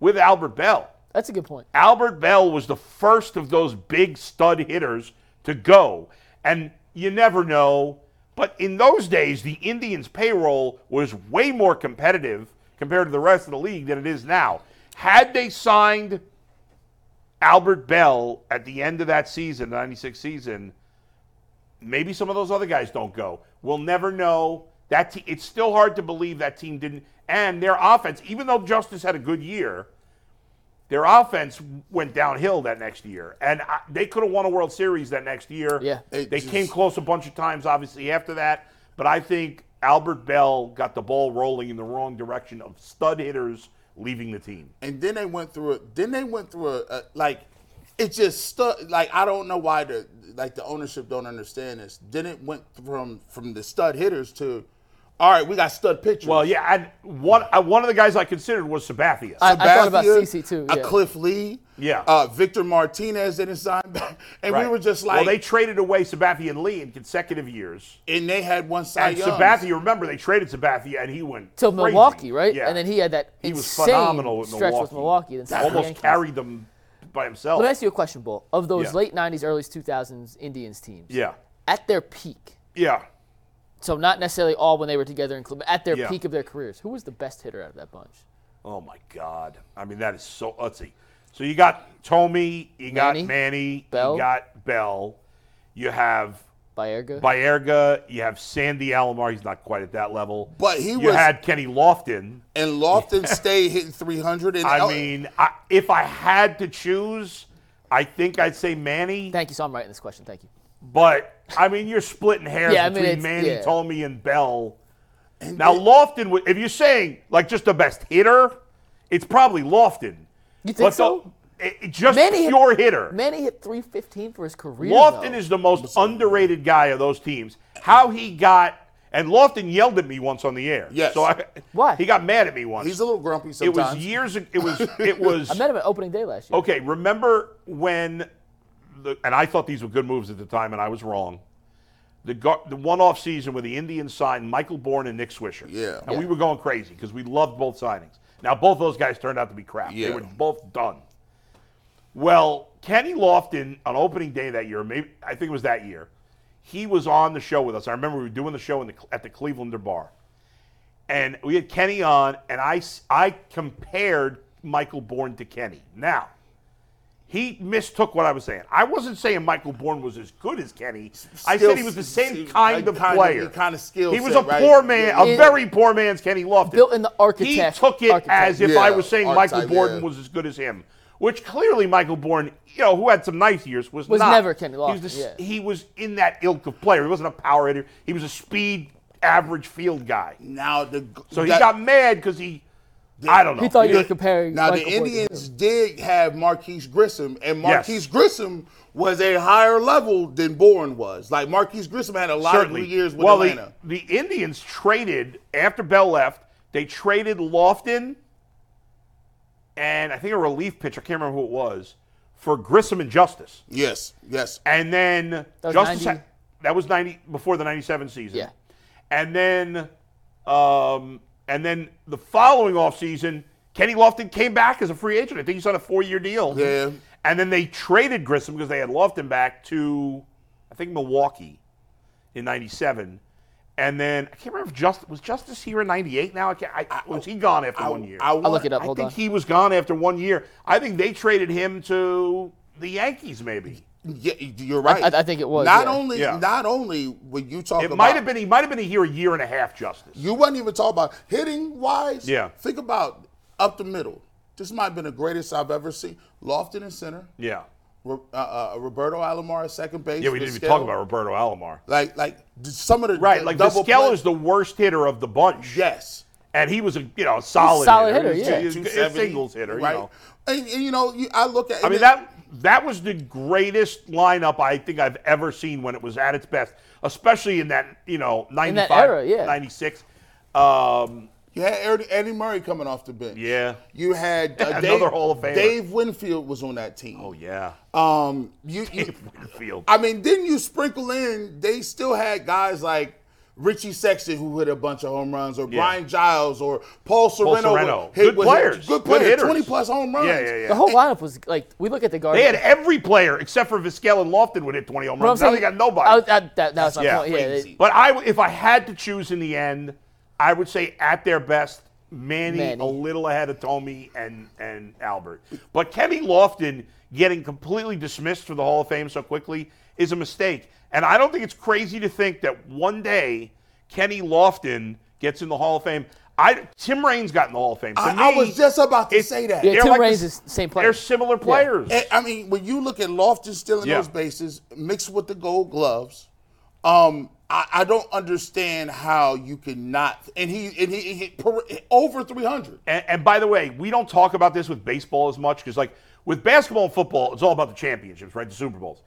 S2: with Albert Bell.
S3: That's a good point.
S2: Albert Bell was the first of those big stud hitters to go. And you never know. But in those days, the Indians' payroll was way more competitive compared to the rest of the league than it is now. Had they signed Albert Bell at the end of that season, 96 season, maybe some of those other guys don't go. We'll never know. That te- it's still hard to believe that team didn't. And their offense, even though Justice had a good year, their offense went downhill that next year, and I, they could have won a World Series that next year.
S3: Yeah.
S2: they
S4: It
S2: came
S4: just-
S2: close a bunch of times, obviously after that. But I think Albert Bell got the ball rolling in the wrong direction of stud hitters leaving the team.
S4: And then they went through it. Then they went through a, a like it just stuck. Like I don't know why the like the ownership don't understand this. Then it went from from the stud hitters to, all right, we got stud pitchers.
S2: Well, yeah, and one I, one of the guys I considered was Sabathia.
S3: I- thought about
S4: Sabathia,
S3: CC too,
S4: a
S3: yeah.
S4: Cliff Lee.
S2: Yeah.
S4: Uh, Victor Martinez didn't sign back, [laughs] and we
S2: Right.
S4: were just like,
S2: well, they traded away Sabathia and Lee in consecutive years.
S4: and they had one Cy
S2: And
S4: Young.
S2: Sabathia, remember they traded Sabathia, and he went
S3: Till
S2: crazy.
S3: Milwaukee, right?
S2: Yeah,
S3: And then he had that
S2: He was
S3: insane
S2: phenomenal with
S3: stretch with Milwaukee. Then signed with the
S2: almost
S3: Yankees.
S2: carried them by himself.
S3: Let me ask you a question, Bull. Of those
S2: Yeah.
S3: late '90s, early 2000s Indians teams,
S2: Yeah.
S3: at their peak,
S2: Yeah.
S3: so not necessarily all when they were together, in Cleveland, at their
S2: Yeah.
S3: peak of their careers, who was the best hitter out of that bunch?
S2: Oh my God. I mean, that is so. Let's see. So you got Tommy, you got
S3: Manny,
S2: Manny,
S3: Bell.
S2: you got Bell, you have
S3: Bayerga.
S2: Bayerga, you have Sandy Alomar. He's not quite at that level.
S4: But he
S2: you
S4: was-
S2: had Kenny Lofton.
S4: and
S2: [laughs]
S4: Lofton stayed hitting 300. And
S2: I
S4: El-
S2: mean, I, if I had to choose, I think I'd say Manny.
S3: Thank you. So I'm writing this question. Thank you.
S2: But I mean, you're splitting hairs
S3: Yeah, I mean,
S2: between
S3: it's-
S2: Manny,
S3: yeah.
S2: Tommy, and Bell. now Lofton, would- if you're saying like just the best hitter, it's probably Lofton.
S3: You think
S2: But the-
S3: so?
S2: it- it just
S3: Manny hit-
S2: pure hitter.
S3: Manny hit 315 for his career.
S2: Lofton
S3: though.
S2: is the most underrated guy of those teams. How he got and Lofton yelled at me once on the air.
S4: Yes.
S2: So I,
S3: Why?
S2: He got mad at me once.
S4: he's a little grumpy
S2: it
S4: sometimes.
S2: was years. ag- It was.
S4: [laughs]
S2: It was.
S3: I met him at opening day last year.
S2: Okay, remember when the and I thought these were good moves at the time and I was wrong. the gar- the one off season where the Indians signed Michael Bourne and Nick Swisher.
S4: Yeah.
S2: and we were going crazy because we loved both signings. Now both those guys turned out to be crap. They
S4: Yeah.
S2: were both done. Well, Kenny Lofton on opening day that year, maybe I think it was that year, he was on the show with us. I remember we were doing the show in the, at the Clevelander Bar, and we had Kenny on, and I s- I compared Michael Bourne to Kenny. Now, he mistook what I was saying. I wasn't saying Michael Bourne was as good as Kenny. I
S4: Skill-
S2: said he was the same
S4: s-
S2: kind of
S4: kind of-
S2: player,
S4: kind of skill
S2: He was
S4: set,
S2: a
S4: right?
S2: poor man, a
S3: It-
S2: very poor man's Kenny Lofton.
S3: Built in the architect-
S2: He took it
S3: architect.
S2: as if
S4: Yeah,
S2: I was saying Michael
S4: archetype,
S2: Bourne
S4: yeah.
S2: was was as good as him, which clearly Michael Bourne, you know, who had some nice years, was,
S3: Was
S2: not.
S3: never Kenny
S2: He
S3: Lofton,
S2: was,
S3: yeah.
S2: he was in that ilk of player. He wasn't a power hitter. He was a speed, average field guy.
S4: Now the
S2: So he got mad because he, I don't know.
S3: He thought you were
S4: Yeah.
S3: comparing.
S4: Now
S3: Michael
S4: the
S3: Boyd to him.
S4: Indians did have Marquise Grissom, and Marquise
S2: Yes.
S4: Grissom was a higher level than Bourne was. Like Marquise Grissom had a lot
S2: certainly
S4: of good years with
S2: well,
S4: Atlanta.
S2: The, the Indians traded after Bell left. They traded Lofton and I think a relief pitcher. I can't remember who it was for Grissom and Justice.
S4: yes, yes.
S2: And then
S3: was
S2: Justice
S3: 90.
S2: ha- that was 90 before the 97 season.
S3: Yeah.
S2: And then um, and then the following offseason, Kenny Lofton came back as a free agent. I think he signed a 4-year deal.
S4: Yeah.
S2: And then they traded Grissom because they had Lofton back to I think Milwaukee in 97. And then I can't remember if Justice was Justice here in 98 now I can't I, was he gone after
S4: I,
S2: one year?
S4: I,
S3: I'll look it up.
S2: I
S3: Hold
S2: think
S3: on.
S2: he was gone after one year. I think they traded him to the Yankees maybe.
S4: Yeah, you're right.
S3: I- I think it was,
S4: Not
S3: yeah.
S4: only,
S2: Yeah.
S4: not only when you talk
S2: It
S4: about
S2: might have been. He might have been here a year and a half, Justice.
S4: You wasn't even talking about hitting wise.
S2: Yeah.
S4: Think about up the middle. This might have been the greatest I've ever seen. Lofton in center.
S2: yeah.
S4: Ro- uh, uh, Roberto Alomar at second base.
S2: Yeah, we didn't even talk about Roberto Alomar.
S4: Like, like some of the
S2: Right, like
S4: double
S2: Vizquel
S4: play-
S2: is the worst hitter of the bunch.
S4: yes.
S2: And he was a you know a solid,
S3: solid hitter,
S2: He's-
S3: yeah.
S2: he's a good- a
S4: 270,
S2: singles hitter.
S4: right?
S2: You know.
S4: And, and, you know, you, I look at.
S2: I mean that that was the greatest lineup I think I've ever seen when it was at its best, especially in that you know 95,
S3: era, yeah.
S2: 96. Um,
S4: you had Eddie, Eddie Murray coming off the bench.
S2: Yeah.
S4: You had uh,
S2: [laughs] Another
S4: Dave-
S2: Hall of Famer.
S4: Dave Winfield was on that team.
S2: oh yeah,
S4: Um, you, you
S2: field.
S4: I mean, didn't you sprinkle in? They still had guys like Richie Sexton who hit a bunch of home runs, or Brian Giles, or Paul Sereno.
S2: Sereno.
S4: hit-
S2: Good
S4: was-
S2: players.
S4: good
S2: Good
S4: players,
S2: hitters.
S4: twenty plus home runs.
S2: Yeah, yeah, yeah.
S3: The whole lineup was like we look at the guard.
S2: they had every player except for Vizquel and Lofton would hit 20 home
S3: But I'm
S2: runs. Now they got
S3: saying-
S2: nobody.
S3: I was- that, that, that was my
S2: Yeah.
S3: point. Yeah, they-
S4: Crazy.
S2: But I, if I had to choose in the end, I would say at their best, Manny,
S3: Manny.
S2: a little ahead of Tommy and and Albert. But Kenny Lofton getting completely dismissed for the Hall of Fame so quickly is a mistake. And I don't think it's crazy to think that one day Kenny Lofton gets in the Hall of Fame. I Tim Raines got in the Hall of Fame. To
S4: I,
S2: me,
S4: I was just about to
S2: it-
S4: say that.
S3: yeah,
S2: They're
S3: Tim
S2: like
S3: Raines
S2: the-
S3: is the same player.
S2: they're similar players.
S4: And, I mean, when you look at Lofton stealing
S2: Yeah.
S4: those bases, mixed with the gold gloves, um, I, I don't understand how you cannot. And he and he, he hit per, over three hundred.
S2: And, and by the way, we don't talk about this with baseball as much because, like, with basketball and football, it's all about the championships, right? The Super Bowls.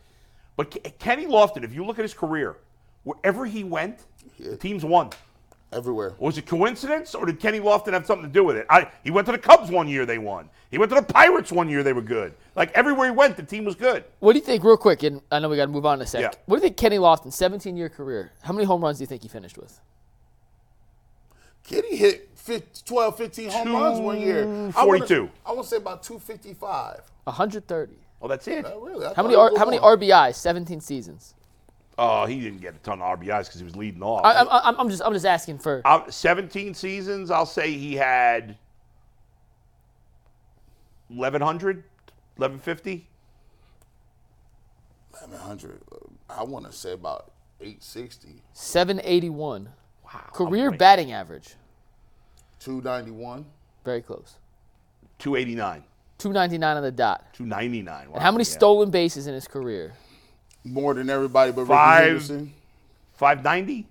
S2: But Ke- Kenny Lofton, if you look at his career, wherever he went, the teams won.
S4: Everywhere.
S2: Was it coincidence, or did Kenny Lofton have something to do with it? I, he went to the Cubs one year, they won. He went to the Pirates one year, they were good. Like everywhere he went, the team was good.
S3: What do you think, real quick? And I know we got to move on in a sec.
S2: Yeah.
S3: What do you think, Kenny Lofton, 17 year career? How many home runs do you think he finished with?
S4: Kitty hit 15, 12, 15 home runs one year. I wanna-
S2: 42.
S4: I want to say about 255.
S3: 130.
S2: Well, that's it.
S4: Oh, really? I
S3: How
S4: thought
S3: many
S4: it
S3: R,
S4: was
S3: How many
S4: more.
S3: RBIs? 17 seasons.
S2: Oh, he didn't get a ton of RBIs because he was leading off.
S3: I, I, I'm- I'm just I'm just asking for.
S2: out 17 seasons, I'll say he had 1100, 1150.
S4: 1100. uh, I want to say about 860,
S3: 781. Career
S2: wait.
S3: batting average.
S4: 291.
S3: Very close.
S2: 289,
S3: 299 on the dot.
S2: 299. Wow,
S3: And how many
S2: Oh, yeah.
S3: stolen bases in his career?
S4: More than everybody but
S2: Five.
S4: Ricky Henderson.
S2: 590?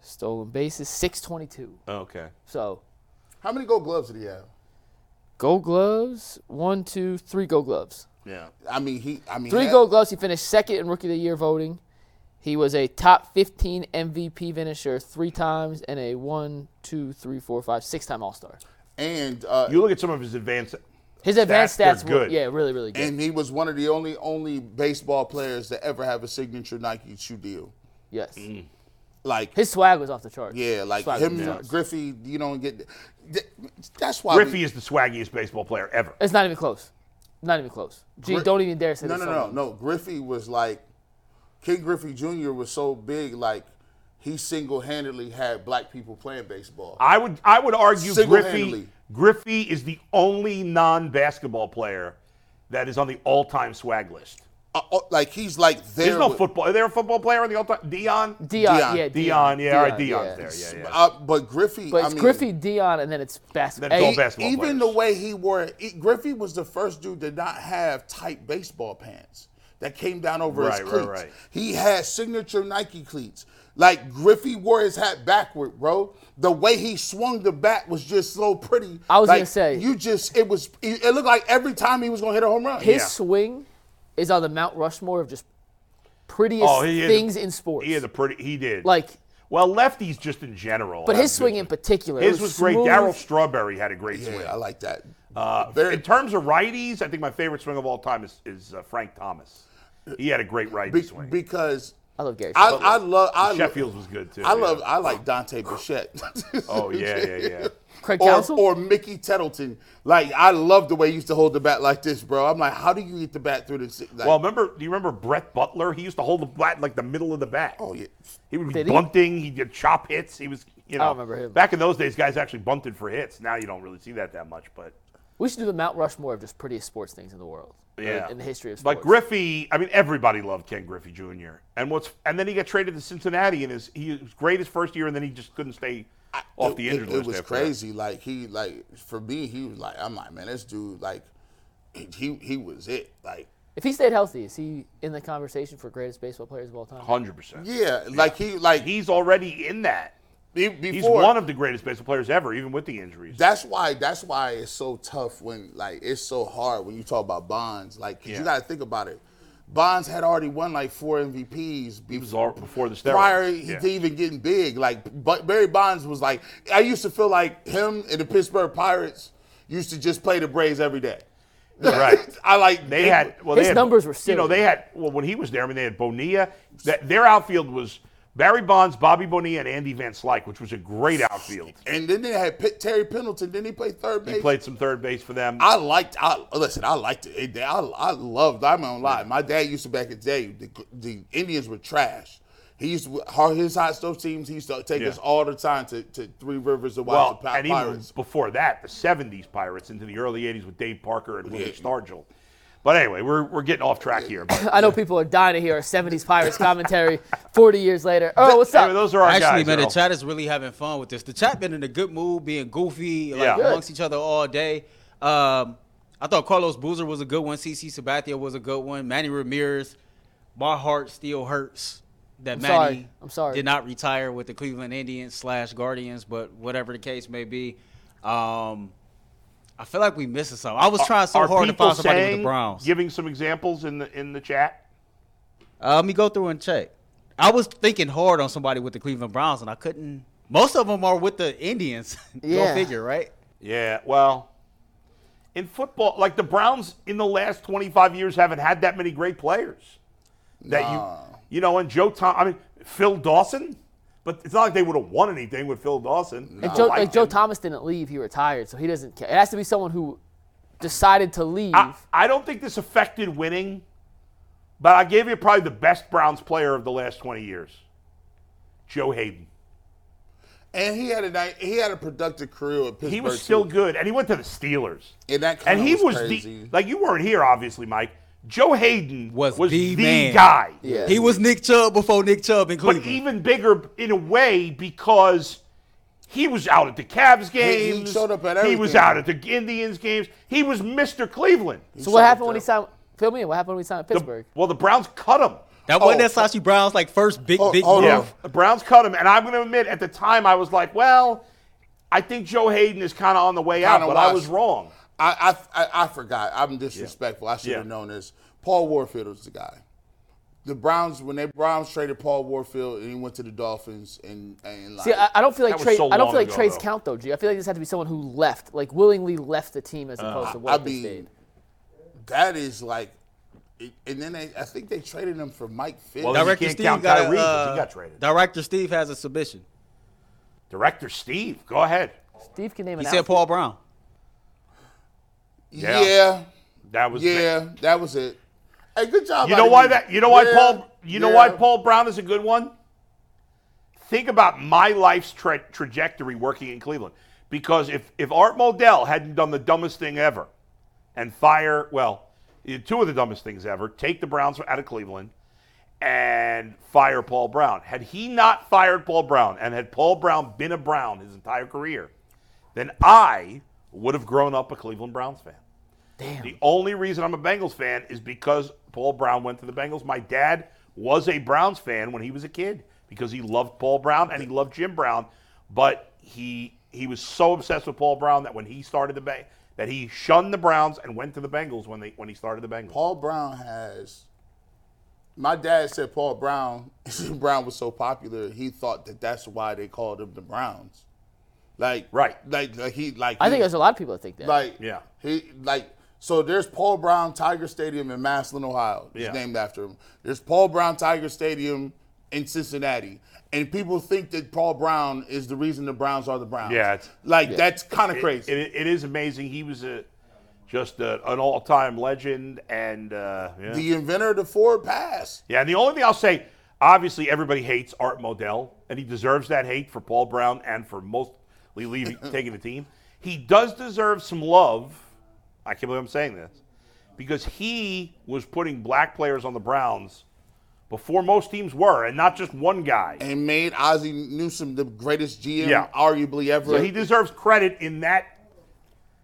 S3: Stolen bases, 622.
S2: Okay.
S3: So,
S4: How many gold gloves did he have?
S3: gold gloves, one, two, three gold gloves.
S2: Yeah.
S4: I mean, he. I mean,
S3: Three
S4: had-
S3: gold gloves. He finished second in rookie of the year voting. He was a top 15 MVP finisher three times and a one, two, three, four, five, six time All Star.
S4: And uh,
S2: You look at some of his advanced
S3: His advanced
S2: Stats,
S3: stats
S2: they're
S3: were
S2: good.
S3: yeah, really, really good.
S4: And he was one of the only only baseball players to ever have a signature Nike shoe deal.
S3: yes.
S4: Like
S3: His swag was off the charts.
S4: Mm. yeah, like
S3: Swag
S4: him,
S3: was off the charts.
S4: Griffey. You don't get. th- That's why we-
S2: Griffey is the swaggiest baseball player ever.
S3: It's not even close. Not even close. Gee,
S4: Gri-
S3: don't even dare say
S4: No,
S3: that.
S4: no, no, no. Griffey was like, King Griffey Jr. was so big, like he single-handedly had black people playing baseball.
S2: I would I would argue Griffey
S4: Single-handedly.
S2: Griffey is the only non-basketball player that is on the all-time swag list.
S4: Uh, uh, like he's like there.
S2: There's no
S4: with-
S2: football. Is there a football player on the all-time? Dion.
S3: Dion,
S4: Deion.
S3: yeah,
S2: Dion. Yeah, all right,
S3: Deion,
S2: Dion's there. Yeah, yeah.
S4: Uh, but Griffey,
S3: But
S4: I
S3: it's
S4: mean,
S3: Griffey, Dion, and then it's
S2: Then it's all
S3: basketball.
S2: bas- basketball
S4: E-, Even
S2: players.
S4: the way he wore it, E, Griffey was the first dude to not have tight baseball pants that came down over
S2: Right,
S4: his
S2: right,
S4: cleats.
S2: right.
S4: He had signature Nike cleats. Like Griffey wore his hat backward, bro. The way he swung the bat was just so pretty.
S3: I was
S4: Like,
S3: gonna say-
S4: you just it was it it looked like every time he was gonna hit a home run.
S3: His
S2: Yeah.
S3: swing is on the Mount Rushmore of just prettiest
S2: Oh, he is-
S3: things in sports.
S2: He had a pretty. He did.
S3: like,
S2: well, lefties just in general.
S3: but
S2: have
S3: his
S2: good
S3: swing in particular. it
S2: His was great.
S3: smooth.
S2: Daryl Strawberry had a great swing.
S4: yeah, I like that.
S2: Uh,
S4: Very-
S2: in terms of righties, I think my favorite swing of all time is, is uh, Frank Thomas. He had a great righty
S4: Be-
S2: swing.
S4: because
S3: I love Gary.
S4: I,
S3: Sheffield.
S4: I love I
S2: Sheffield was good too.
S4: I
S2: yeah.
S4: love I
S2: [laughs]
S4: like Dante Bichette.
S2: Oh yeah, yeah,
S4: [laughs]
S2: yeah.
S3: Craig
S4: or,
S3: Counsell?
S4: or Mickey Tettleton. Like I love the way he used to hold the bat like this, bro. I'm like, how do you get the bat through the? si- Like,
S2: Well, remember? Do you remember Brett Butler? He used to hold the bat like the middle of the bat.
S4: oh yeah.
S2: He would be
S3: Did he?
S2: bunting. He? did chop hits. He was, you know.
S3: don't remember him.
S2: Back in those days, guys actually bunted for hits. Now you don't really see that that much, but
S3: we should do the Mount Rushmore of just prettiest sports things in the world. or
S2: yeah,
S3: in the history of sports.
S2: But Griffey, I mean, everybody loved Ken Griffey Jr. And what's and then he got traded to Cincinnati, and his he was great his first year, and then he just couldn't stay off the
S4: It-
S2: injured
S4: it,
S2: list.
S4: it was
S2: after that.
S4: crazy. Like he like for me, he was like, I'm like, man, this dude like he he, he was it. Like
S3: If he stayed healthy, is he in the conversation for greatest baseball players of all time?
S2: Hundred percent.
S4: yeah, like he like he,
S2: He's already in that.
S4: before
S2: He's one of the greatest baseball players ever, even with the injuries.
S4: That's why. That's why it's so tough when like it's so hard when you talk about Bonds. Like 'cause
S2: Yeah.
S4: you got to think about it. Bonds had already won like four MVPs
S2: he was all, before the steroids.
S4: prior
S2: Yeah.
S4: to even getting big. Like, but Barry Bonds was like, I used to feel like him and the Pittsburgh Pirates used to just play the Braves every day. [laughs]
S2: Right.
S4: I like
S2: They had well, they
S3: His
S2: had-
S3: numbers were
S2: You know,
S3: silly.
S2: they had well when he was there. I mean, they had Bonilla. That, their outfield was Barry Bonds, Bobby Bonilla, and Andy Van Slyke, which was a great outfield.
S4: and then they had Pitt, Terry Pendleton. Then he played third base.
S2: He played some third base for them.
S4: I liked. I listen. I liked it. It- I, I loved. I'm not gonna lie. My dad used to back in the day. The, the Indians were trash. He used to, our- his hot stove teams. He used to take
S2: Yeah.
S4: us all the time to, to Three Rivers to watch
S2: well,
S4: the Pi-
S2: and even
S4: Pirates.
S2: before that, the '70s Pirates into the early '80s with Dave Parker and Willie
S4: Yeah.
S2: Stargell. But anyway, we're we're getting off track here. But
S3: I know people are dying to hear our 70s Pirates commentary [laughs] 40 years later. Oh, what's
S2: anyway,
S3: up?
S2: those are our
S1: Actually,
S2: guys.
S1: man,
S2: Earl.
S1: the chat is really having fun with this. The chat been in a good mood, being goofy, like
S2: Yeah. Good.
S1: amongst each other all day. Um, I thought Carlos Boozer was a good one. CC Sabathia was a good one. Manny Ramirez, my heart still hurts that
S3: I'm
S1: Manny
S3: sorry. I'm sorry.
S1: did not retire with the Cleveland Indians slash Guardians, but whatever the case may be. Um, I feel like we missing something. I was trying so
S2: Are
S1: hard to
S2: people
S1: find somebody with
S2: saying-
S1: the Browns.
S2: Giving some examples in the in the chat.
S1: Uh, let me go through and check. I was thinking hard on somebody with the Cleveland Browns, and I couldn't. Most of them are with the Indians. [laughs]
S3: Yeah.
S1: go figure, right?
S2: Yeah, well, in football, like the Browns in the last 25 years haven't had that many great players. That you, you know, and Joe Tom, I mean, Phil Dawson, but it's not like they would have won anything with Phil Dawson.
S3: And Joe,
S2: I
S3: like Joe
S2: him.
S3: Thomas didn't leave. He retired, so he doesn't care. It has to be someone who decided to leave.
S2: I, I don't think this affected winning, but I gave you probably the best Browns player of the last 20 years, Joe Hayden.
S4: And he had a night. He had a productive career with Pittsburgh.
S2: He was still
S4: too.
S2: good, and he went to the Steelers.
S4: And that
S2: and
S4: kinda
S2: he was,
S4: was
S2: the
S4: crazy.
S2: like you weren't here, obviously, Mike. Joe Hayden
S1: Was
S2: the,
S1: the man.
S2: guy.
S3: Yeah.
S1: He was Nick Chubb before Nick Chubb in
S2: but
S1: Cleveland.
S2: even bigger in a way because he was out at the Cavs
S4: he
S2: games.
S4: showed up at
S2: He was
S4: everything.
S2: out at the Indians games. He was Mr. Cleveland.
S3: so what
S4: shut
S3: happened when he
S4: up.
S3: signed? Fill me in. What happened when he signed at Pittsburgh?
S2: Well, the Browns cut him.
S1: that
S4: oh,
S1: wasn't that Sashi Brown's like first big
S4: oh,
S1: big
S4: hold
S1: move.
S4: on.
S2: Yeah, the Browns cut him, and I'm going to admit, at the time, I was like, well, I think Joe Hayden is kind of on the way out,
S4: Kinda
S2: but I
S4: washed.
S2: was wrong.
S4: I I, I, I forgot. I'm disrespectful. I should have
S2: Yeah.
S4: known this. Paul Warfield was the guy. the Browns when they Browns traded Paul Warfield and he went to the Dolphins and and like
S3: See, I, I don't feel like
S2: That was
S3: trade.
S2: so
S3: I don't
S2: long
S3: feel like
S2: ago,
S3: trades
S2: though.
S3: count though, G. I feel like this had to be someone who left, like willingly left the team
S2: Uh,
S3: as opposed to
S4: I
S3: what they
S4: mean,
S3: stayed.
S4: that is like, it- and then they, I think they traded him for Mike Fitz.
S2: Well,
S4: Direct-
S1: Director
S2: can't
S1: Steve
S2: count
S1: got a,
S2: Kyrie 'cause he
S1: uh,
S2: got traded.
S1: Director Steve has a submission.
S2: Director Steve, go ahead.
S3: Steve can name
S1: He
S3: an
S1: said
S3: outfit.
S1: Paul Brown.
S4: yeah,
S2: yeah.
S4: yeah,
S2: That was
S4: that was it. Hey, good job.
S2: You know
S4: out of
S2: why that? You know why
S4: Yeah,
S2: Paul? You know why
S4: yeah.
S2: Paul Brown is a good one. Think about my life's tra- trajectory working in Cleveland, because if if Art Modell hadn't done the dumbest thing ever, and fire well, eh, two of the dumbest things ever, take the Browns out of Cleveland, and fire Paul Brown. Had he not fired Paul Brown, and had Paul Brown been a Brown his entire career, then I would have grown up a Cleveland Browns fan. The only reason I'm a Bengals fan is because Paul Brown went to the Bengals. My dad was a Browns fan when he was a kid because he loved Paul Brown and he loved Jim Brown, but he he was so obsessed with Paul Brown that when he started the Bang that he shunned the Browns and went to the Bengals when they when he started the Bengals.
S4: Paul Brown has. My dad said Paul Brown. [laughs] Brown was so popular, he thought that that's why they called him the Browns. Like
S2: Right.
S4: like, like he like
S3: I
S4: he-
S3: think there's a lot of people that think that.
S4: Like
S2: Yeah.
S4: he like so. There's Paul Brown Tiger Stadium in Maslin, Ohio. It's
S2: Yeah.
S4: named after him. There's Paul Brown Tiger Stadium in Cincinnati, and people think that Paul Brown is the reason the Browns are the Browns.
S2: Yeah, it's-
S4: like that's kind of crazy.
S2: It, it is amazing. He was a just a, an all-time legend and uh, yeah.
S4: the inventor of the forward pass.
S2: Yeah, and the only thing I'll say, obviously, everybody hates Art Modell, and he deserves that hate for Paul Brown and for mostly
S4: [laughs]
S2: leaving, taking the team. He does deserve some love. I can't believe I'm saying this because he was putting black players on the Browns before most teams were, and not just one guy.
S4: And made Ozzie Newsome the greatest GM,
S2: Yeah.
S4: arguably ever.
S2: So he deserves credit in that.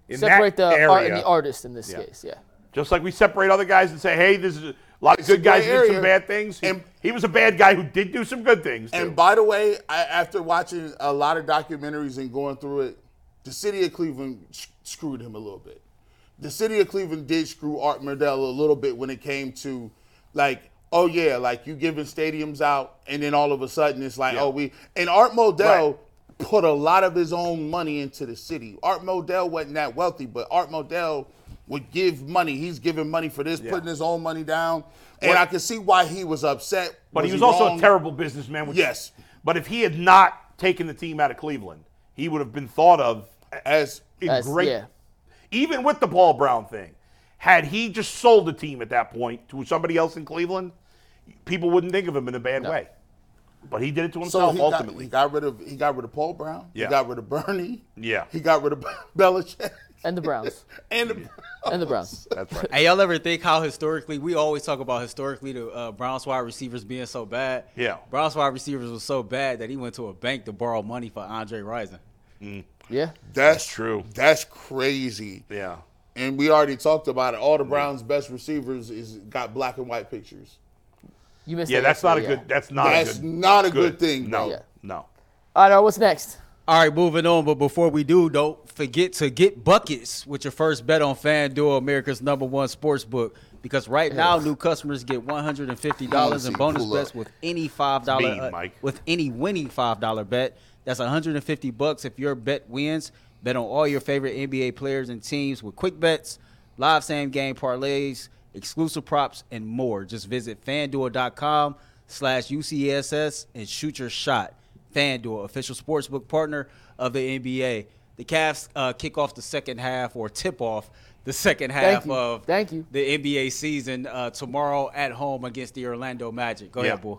S2: In
S3: Separate the
S2: that area.
S3: art and the artist in this case. Yeah.
S2: Just like we separate other guys and say, hey, this is a lot of
S4: It's a
S2: good guys
S4: gray
S2: who did some
S4: area.
S2: bad things. He,
S4: And-
S2: he was a bad guy who did do some good things. Too.
S4: And by the way, I, after watching a lot of documentaries and going through it, the city of Cleveland sh- screwed him a little bit. The city of Cleveland did screw Art Merdell a little bit when it came to, like, oh yeah, like you giving stadiums out, and then all of a sudden it's like,
S2: Yeah.
S4: oh we and Art Modell
S2: Right.
S4: put a lot of his own money into the city. Art Modell wasn't that wealthy, but Art Modell would give money. He's giving money for this, putting his own money down, and
S2: What-
S4: I could see why he was upset.
S2: But he was also
S4: wrong?
S2: a terrible businessman. Which,
S4: Yes.
S2: But if he had not taken the team out of Cleveland, he would have been thought of
S4: as
S2: in
S3: As-
S2: great.
S3: yeah.
S2: Even with the Paul Brown thing, had he just sold the team at that point to somebody else in Cleveland, people wouldn't think of him in a bad way. But he did it to
S4: So
S2: himself
S4: he [laughs]
S2: ultimately.
S4: got, he got rid of he got rid of Paul Brown.
S2: Yeah.
S4: He got rid of Bernie.
S2: Yeah.
S4: He got rid of [laughs] Belichick.
S3: And the Browns.
S4: And the,
S3: and
S2: [laughs]
S3: the Browns.
S2: That's right.
S1: Hey, y'all ever think how historically we always talk about historically the uh, Browns wide receivers being so bad?
S2: Yeah.
S1: Browns wide receivers was so bad that he went to a bank to borrow money for Andre Rison.
S3: Yeah.
S4: [laughs] that's
S2: true.
S4: That's crazy.
S2: Yeah.
S4: And we already talked about it. All the Browns' best receivers is got black and white pictures.
S3: You missed.
S2: Yeah,
S3: that
S2: that's not a
S3: yesterday,
S2: good.
S3: yeah.
S2: That's not.
S4: That's
S2: a good,
S4: not a good thing,
S2: No.
S3: Yeah.
S2: No.
S3: All right. What's next?
S1: All right, moving on. But before we do, don't forget to get buckets with your first bet on FanDuel, America's number one sports book. Because right now, new customers get one hundred and fifty dollars in
S4: see,
S1: bonus
S4: pull up.
S1: bets with any five dollar uh,
S2: Speed, Mike.
S1: with any winning five dollar bet. That's one hundred and fifty bucks if your bet wins. Bet on all your favorite NBA players and teams with quick bets, live same game parlays, exclusive props, and more. Just visit FanDuel.com/UCSS and shoot your shot. FanDuel, official sportsbook partner of the NBA. The Cavs uh, kick off the second half or tip off the second half
S3: you.
S1: of
S3: Thank you.
S1: the NBA season uh, tomorrow at home against the Orlando Magic. Go
S2: Yeah.
S1: ahead, boy.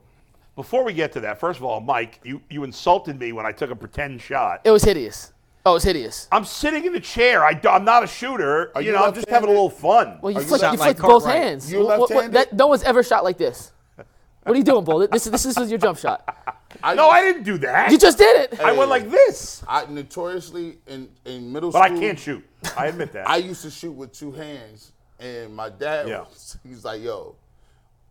S2: Before we get to that, first of all, Mike, you, you insulted me when I took a pretend shot.
S3: It was hideous. Oh, it was hideous.
S2: I'm sitting in the chair. I, am not a shooter. you,
S4: you
S2: know, I'm just having a
S4: left-handed?
S2: little fun.
S3: Well, you
S1: Are you
S3: flicked,
S1: shot
S3: you
S1: like
S3: flicked both
S1: Cartwright?
S3: hands.
S4: You
S3: Wh- wh-
S4: left-handed?
S3: that- no one's ever shot like this. What are you doing, Bull? This is this, is your jump shot.
S2: no, I didn't do that.
S3: You just did it.
S2: I went like this.
S4: I notoriously in in middle
S2: But I
S4: school.
S2: can't shoot. I admit that.
S4: [laughs] I used to shoot with two hands, and my dad
S2: Yeah.
S4: was, [laughs] he's like, "Yo,"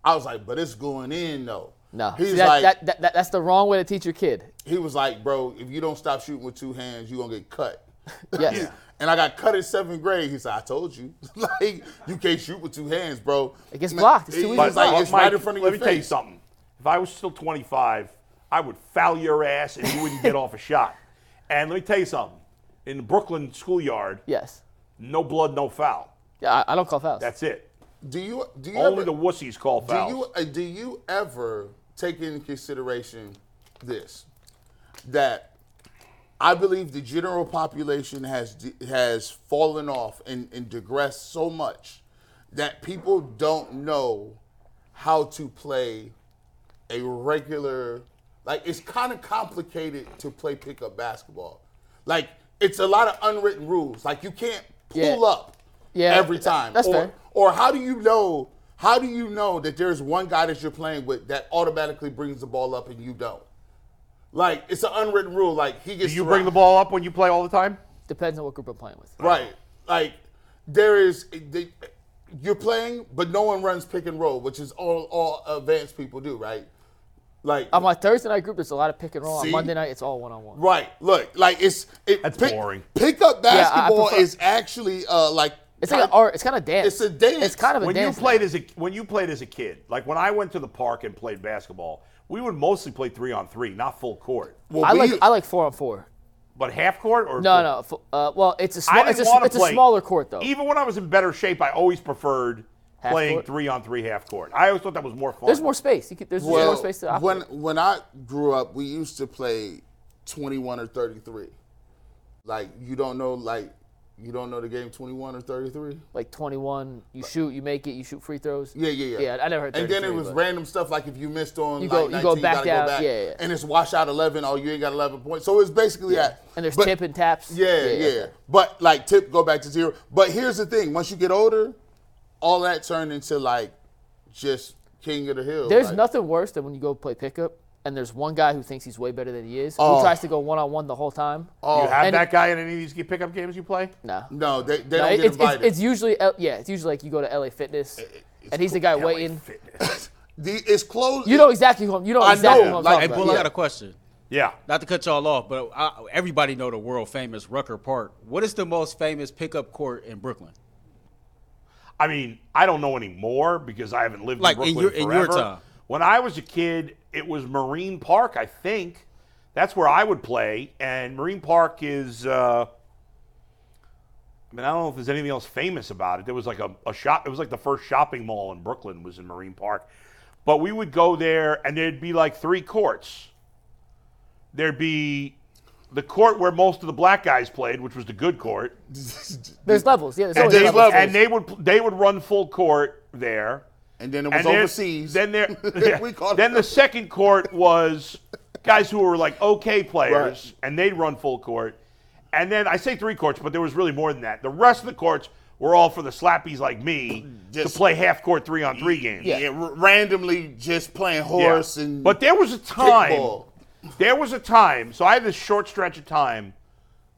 S4: I was like, "But it's going in though."
S3: No,
S4: he's
S3: See, that,
S4: like,
S3: that, that, that- that's the wrong way to teach your kid.
S4: he was like, bro, if you don't stop shooting with two hands, you're gonna get cut.
S3: [laughs] Yes.
S4: And I got cut in seventh grade. He said, "I told you, [laughs] like you can't shoot with two hands, bro.
S3: It gets blocked. It's too
S4: It-
S3: easy
S4: it's
S3: to
S2: But
S3: block.
S4: like it's
S2: Mike,
S4: right in front of
S2: let
S4: your
S2: me
S4: face.
S2: tell you something. If I was still 25, I would foul your ass and you wouldn't get off a shot. And let me tell you something. In the Brooklyn schoolyard,
S3: Yes.
S2: no blood, no foul.
S3: Yeah, I, I don't call fouls.
S2: That's it.
S4: Do you do you
S2: Only
S4: ever,
S2: the wussies call
S4: do
S2: fouls.
S4: you uh, do you ever take into consideration this that I believe the general population has de- has fallen off and, and digressed so much that people don't know how to play a regular like it's kind of complicated to play pickup basketball. Like it's a lot of unwritten rules. Like you can't pull
S3: Yeah.
S4: up
S3: Yeah,
S4: every
S3: that-
S4: time.
S3: that's
S4: or,
S3: fair.
S4: or how do you know? How do you know that there's one guy that you're playing with that automatically brings the ball up and you don't? Like it's an unwritten rule. Like he gets
S2: Do you
S4: to
S2: bring
S4: run.
S2: the ball up when you play all the time?
S3: Depends on what group I'm playing with.
S4: Right. Like there is the, you're playing, but no one runs pick and roll, which is all all advanced people do, right? Like
S3: On my Thursday night group, there's a lot of pick and roll.
S4: See?
S3: On Monday night, it's all one on one.
S4: right. Look, like it's it,
S2: That's boring.
S4: Pickup
S3: I
S4: basketball
S3: prefer-
S4: is actually uh like
S3: It's like an art. It's kind of dance.
S4: It's a dance.
S3: It's kind of a
S2: When you
S3: dance.
S2: played as a when you played as a kid, like when I went to the park and played basketball, we would mostly play three on three, not full court,
S4: well,
S3: I
S4: we-
S3: like I like four on four.
S2: but half court or
S3: No, no. f- Uh, well, it's a
S2: I
S3: small.
S2: didn't
S3: It's a,
S2: want to
S3: it's
S2: play.
S3: a smaller court though.
S2: Even when I was in better shape, I always preferred
S3: Half
S2: playing
S3: court?
S2: three on three half court. I always thought that was more fun.
S3: there's more space. You could, there's just
S4: well,
S3: more space to operate.
S4: when when I grew up, we used to play 21 or 33. Like you don't know like you don't know the game 21 or 33.
S3: like 21, you shoot, you make it, you shoot free throws.
S4: Yeah, yeah, yeah.
S3: Yeah, I never heard.
S4: And then it
S3: 33,
S4: was
S3: but-
S4: random stuff like if you missed
S3: You
S4: on you
S3: go-
S4: like
S3: you
S4: 19,
S3: go
S4: you
S3: back
S4: gotta
S3: down,
S4: go back.
S3: yeah, yeah.
S4: And it's washout 11, oh, you ain't got 11 points. So it's basically that.
S3: And there's
S4: But-
S3: tip and taps.
S4: Yeah, yeah. But like tip go back to zero. But here's the thing, once you get older, all that turned into like just king of the hill.
S3: There's
S4: like,
S3: nothing worse than when you go play pickup and there's one guy who thinks he's way better than he is,
S4: Oh.
S3: who tries to go one on one the whole time.
S2: You have
S3: And-
S2: that guy in any of these ge- pickup games you play?
S3: No.
S4: No, they, they
S3: No,
S4: don't
S3: it-
S4: get
S3: it's, it's,
S4: invited.
S3: it's usually L- yeah, it's usually like you go to LA Fitness, and he's the guy waiting.
S4: The- it's closed.
S3: You know exactly who I'm, you know
S4: I
S3: exactly
S4: know,
S3: who I'm
S4: like,
S1: Hey,
S3: talking
S1: Bull, I
S3: about. Yeah.
S1: got a question.
S2: Yeah.
S1: Not to cut y'all off, but I, everybody know the world famous Rucker Park. What is the most famous pickup court in Brooklyn?
S2: I mean, I don't know anymore because I haven't lived
S1: Like,
S2: in
S1: in
S2: Brooklyn
S1: your- in your
S2: forever.
S1: time.
S2: When I was a kid, it was Marine Park, I think. That's where I would play, and Marine Park is. Uh, I mean, I don't know if there's anything else famous about it. There was like a, a shop. It was like the first shopping mall in Brooklyn was in Marine Park, but we would go there, and there'd be like three courts. There'd be the court where most of the black guys played, which was the good court.
S3: There's levels. Yeah, there's
S2: And
S3: always
S2: they,
S4: Dave
S2: would-
S3: levels.
S4: Levels.
S2: and they would they would run full court there.
S4: and then it was
S2: And then-
S4: overseas.
S2: Then
S4: [laughs]
S2: there,
S4: We call
S2: then
S4: it-
S2: the second court was guys who were like okay players,
S4: Right.
S2: and they'd run full court. And then I say three courts, but there was really more than that. The rest of the courts were all for the slappies like me
S4: Just-
S2: to play half court three on three games.
S4: yeah, r- randomly just playing
S2: Yeah.
S4: horse and
S2: but there was a time.
S4: kickball.
S2: There was a time. So I had this short stretch of time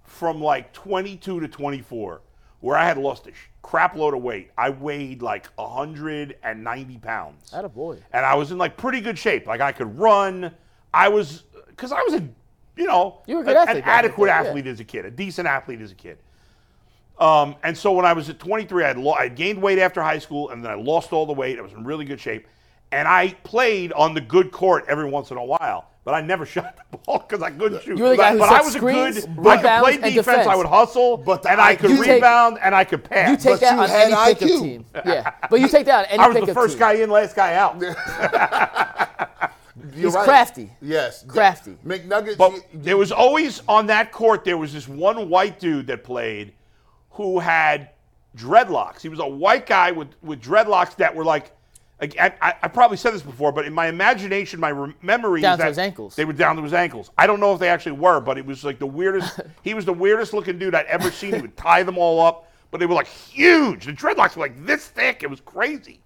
S2: from like 22 to 24 where I had lost a sh- crap load of weight. I weighed like 190 pounds.
S3: Atta boy.
S2: And I was in like pretty good shape. Like I could run. I was, because I was a, you know,
S3: You were a good
S2: a-
S3: athlete
S2: an
S3: back in the
S2: adequate
S3: day, yeah.
S2: athlete as a kid, a decent athlete as a kid. Um, and so when I was at 23, I had lo- I had gained weight after high school, and then I lost all the weight. I was in really good shape, and I played on the good court every once in a while, but I never [laughs] shot the ball because I couldn't shoot.
S3: You were the guy who
S2: but
S3: set
S2: I was
S3: screens,
S2: a good. I could play
S3: rebounds, and
S2: defense.
S3: defense.
S2: I would hustle,
S4: But the
S2: and I could
S4: IQ. You
S3: take-
S2: rebound, and I could pass.
S3: You take
S4: But
S3: that
S4: you
S3: on
S4: had
S3: any pickup
S4: IQ.
S3: team. Yeah, but you take
S4: [laughs]
S3: that on any
S2: I was
S3: pickup
S2: the first
S3: team.
S2: guy in, last guy out.
S4: You're
S3: He's crafty.
S4: Yes,
S3: Crafty.
S4: McNuggets.
S2: But
S4: you-
S2: there was always on that court. There was this one white dude that played, who had dreadlocks. He was a white guy with with dreadlocks that were like, like, I, I, I probably said this before, but in my imagination, my rem- memory
S3: Down
S2: is
S3: to
S2: that
S3: his ankles.
S2: They were down to his ankles. I don't know if they actually were, but it was like the
S3: [laughs]
S2: weirdest. he was the weirdest looking dude I'd ever seen. He would tie them all up, but they were like huge. The dreadlocks were like this thick. It was crazy.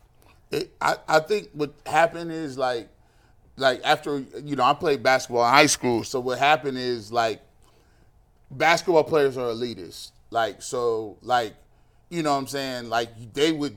S4: it, I, I think what happened is like like after you know I played basketball in high school, so what happened is like basketball players are elitist. Like so like you know what I'm saying like they would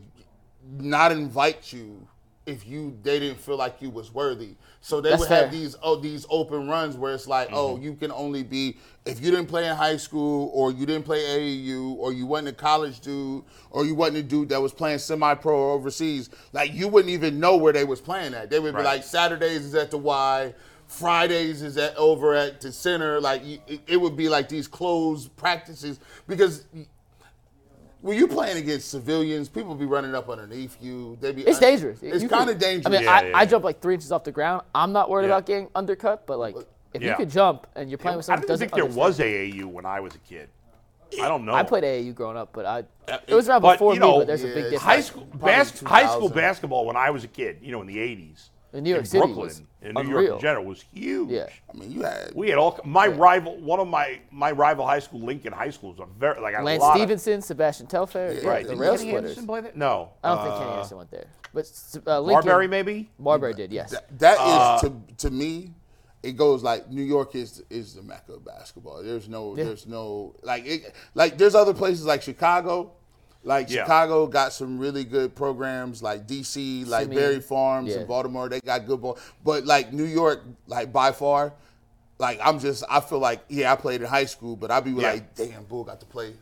S4: not invite you if you they didn't feel like you was worthy. So they
S3: That's
S4: would have
S3: fair.
S4: these oh these open runs where it's like, oh,
S2: Mm-hmm.
S4: you can only be if you didn't play in high school or you didn't play AAU or you wasn't a college dude or you wasn't a dude that was playing semi pro or overseas, like you wouldn't even know where they was playing at. They would be
S2: Right.
S4: like Saturdays is at the Y, Fridays is at over at the center. Like you- it, it would be like these closed practices because when you playing against civilians, people be running up underneath you. They be
S3: It's dangerous.
S4: It's
S3: You could-
S4: kind of dangerous.
S3: I mean,
S2: Yeah,
S3: I,
S2: yeah,
S3: I
S2: yeah.
S3: jump like three inches off the ground. I'm not worried
S2: Yeah.
S3: about getting undercut, but like if
S2: Yeah.
S3: you could jump and you're playing with
S2: I
S3: someone who
S2: don't
S3: doesn't
S2: think there was
S3: understand-
S2: AAU when I was a kid. I don't know.
S3: I played AAU growing up, but I it was around
S2: Oh. Uh, but,
S3: before
S2: you know,
S3: me. But there's a
S4: Yeah,
S3: big
S4: it's
S3: difference.
S2: high school
S4: Probably
S2: bas- high school
S4: 2000.
S2: basketball when I was a kid. You know, in the '80s
S3: In New York City
S2: Brooklyn,
S3: was
S2: in New York
S3: unreal.
S2: in general was huge.
S3: Yeah.
S4: I mean, you had
S2: We had all my rival. One of my my rival high school, Lincoln High School, was a very like a
S3: Lance
S2: lot of-
S3: Stevenson, Sebastian Telfair, yeah,
S2: right.
S3: the
S2: Did
S3: rail
S2: Kenny Anderson
S3: splitters.
S2: play that? No,
S3: I don't think
S2: Uh,
S3: Kenny Anderson went there, but uh, Lincoln,
S2: Marbury maybe.
S3: Marbury did, yes.
S2: [laughs]
S4: that is to to me, it goes like New York is is the mecca of basketball. There's no there's no like it, like there's other places like Chicago. Like
S2: Yeah.
S4: Chicago got some really good programs, like DC, like
S3: Simeon.
S4: Berry Farms and
S3: Yeah.
S4: Baltimore, they got good ball. But like New York, like by far, like I'm just I feel like yeah I played in high school, but I'd be
S2: Yeah.
S4: like damn, bull got to play.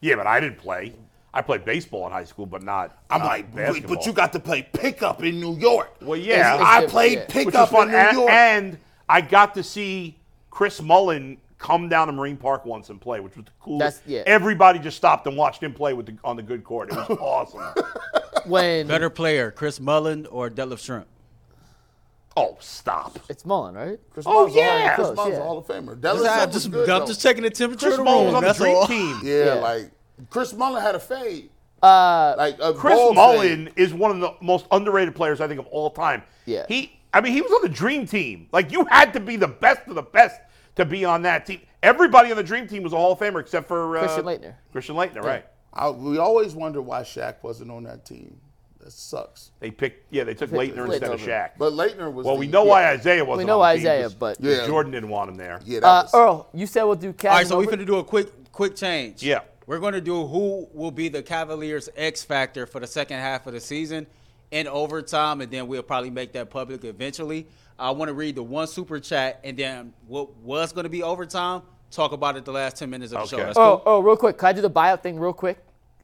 S2: Yeah, but I didn't play. I played baseball in high school, but not.
S4: I'm
S2: not
S4: like, wait,
S2: basketball.
S4: Uh, but you got to play pickup in New York.
S2: Well, yeah.
S3: It's
S4: And I
S3: different,
S4: played
S3: yeah.
S2: which
S4: pickup
S2: was fun.
S4: in New
S2: And,
S4: York.
S2: and I got to see Chris Mullen come down to Marine Park once and play, which was the coolest.
S3: That's- yeah.
S2: Everybody just stopped and watched him play with the, on the good court. It was awesome.
S3: When
S1: Better player, Chris Mullen or Detlef Shrimp?
S2: oh, stop.
S3: it's Mullen, right?
S4: Chris
S2: Oh,
S4: Mullins, all right,
S2: yeah.
S4: Chris
S3: Close,
S4: Mullins,
S3: yeah.
S4: a Hall of Famer. That
S1: Just,
S4: was
S1: I'm
S4: something
S1: just,
S4: good,
S1: I'm
S4: though.
S1: just checking the temperature
S2: Chris
S1: of the
S2: Mullen was
S1: room.
S2: on the
S1: That's
S2: dream
S1: all.
S2: team.
S4: Yeah,
S3: Yeah.
S4: like Chris Mullen had a fade.
S3: Uh,
S4: Like a
S2: Chris
S4: bald
S2: Mullen
S4: fade.
S2: is one of the most underrated players I think of all time.
S3: Yeah.
S2: He, I mean, he was on the dream team. Like you had to be the best of the best to be on that team. Everybody on the dream team was a Hall of Famer except for uh,
S3: Christian Laettner.
S2: Christian Leitner, right?
S4: I, we always wonder why Shaq wasn't on that team. That sucks.
S2: They picked, yeah, they took
S3: picked
S2: Leitner instead of
S3: Laettner.
S2: Shaq.
S4: But Leitner was.
S2: Well,
S4: the-
S2: we know
S4: yeah.
S2: why Isaiah wasn't.
S3: we know
S2: on the team,
S3: Isaiah,
S2: 'cause
S3: but
S4: Yeah.
S2: Jordan didn't want him there.
S4: Yeah, that
S3: uh,
S4: was,
S3: Earl, you said we'll do
S1: All
S3: Cavs.
S1: right, so we're
S3: over-
S1: going to do a quick quick change.
S2: Yeah.
S1: We're going to do who will be the Cavaliers X factor for the second half of the season in overtime, and then we'll probably make that public eventually. I want to read the one super chat, and then what was going to be overtime, talk about it the last 10 minutes of the
S2: Okay.
S1: show. That's
S3: Earl,
S1: cool.
S3: Earl, Oh, real quick, can I do the buyout thing real quick?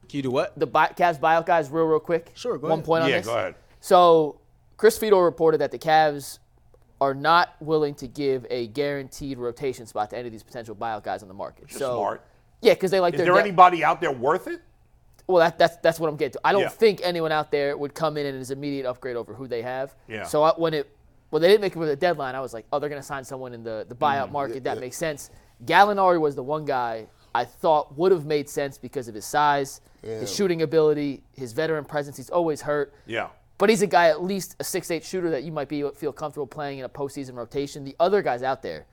S1: Can you do what?
S3: The buy, Cavs buyout guys, real, real quick.
S1: Sure, go
S3: One
S1: ahead.
S3: point on
S2: Yeah,
S3: this.
S2: go ahead.
S3: So, Chris Fedor reported that the Cavs are not willing to give a guaranteed rotation spot to any of these potential buyout guys on the market. so,
S2: Smart.
S3: Yeah, because they like
S2: Is
S3: their
S2: there
S3: depth.
S2: anybody out there worth it?
S3: Well, that, that's that's what I'm getting to. I don't
S2: Yeah.
S3: think anyone out there would come in and is immediate upgrade over who they have.
S2: Yeah.
S3: So I, when it when they didn't make it with a deadline, I was like, oh, they're going to sign someone in the, the
S2: Mm,
S3: buyout market. That makes sense. Gallinari was the one guy I thought would have made sense because of his size, his
S4: Yeah.
S3: shooting ability, his veteran presence. He's always hurt.
S2: Yeah.
S3: But he's a guy, at least a six-eight shooter that you might be feel comfortable playing in a postseason rotation. The other guys out there,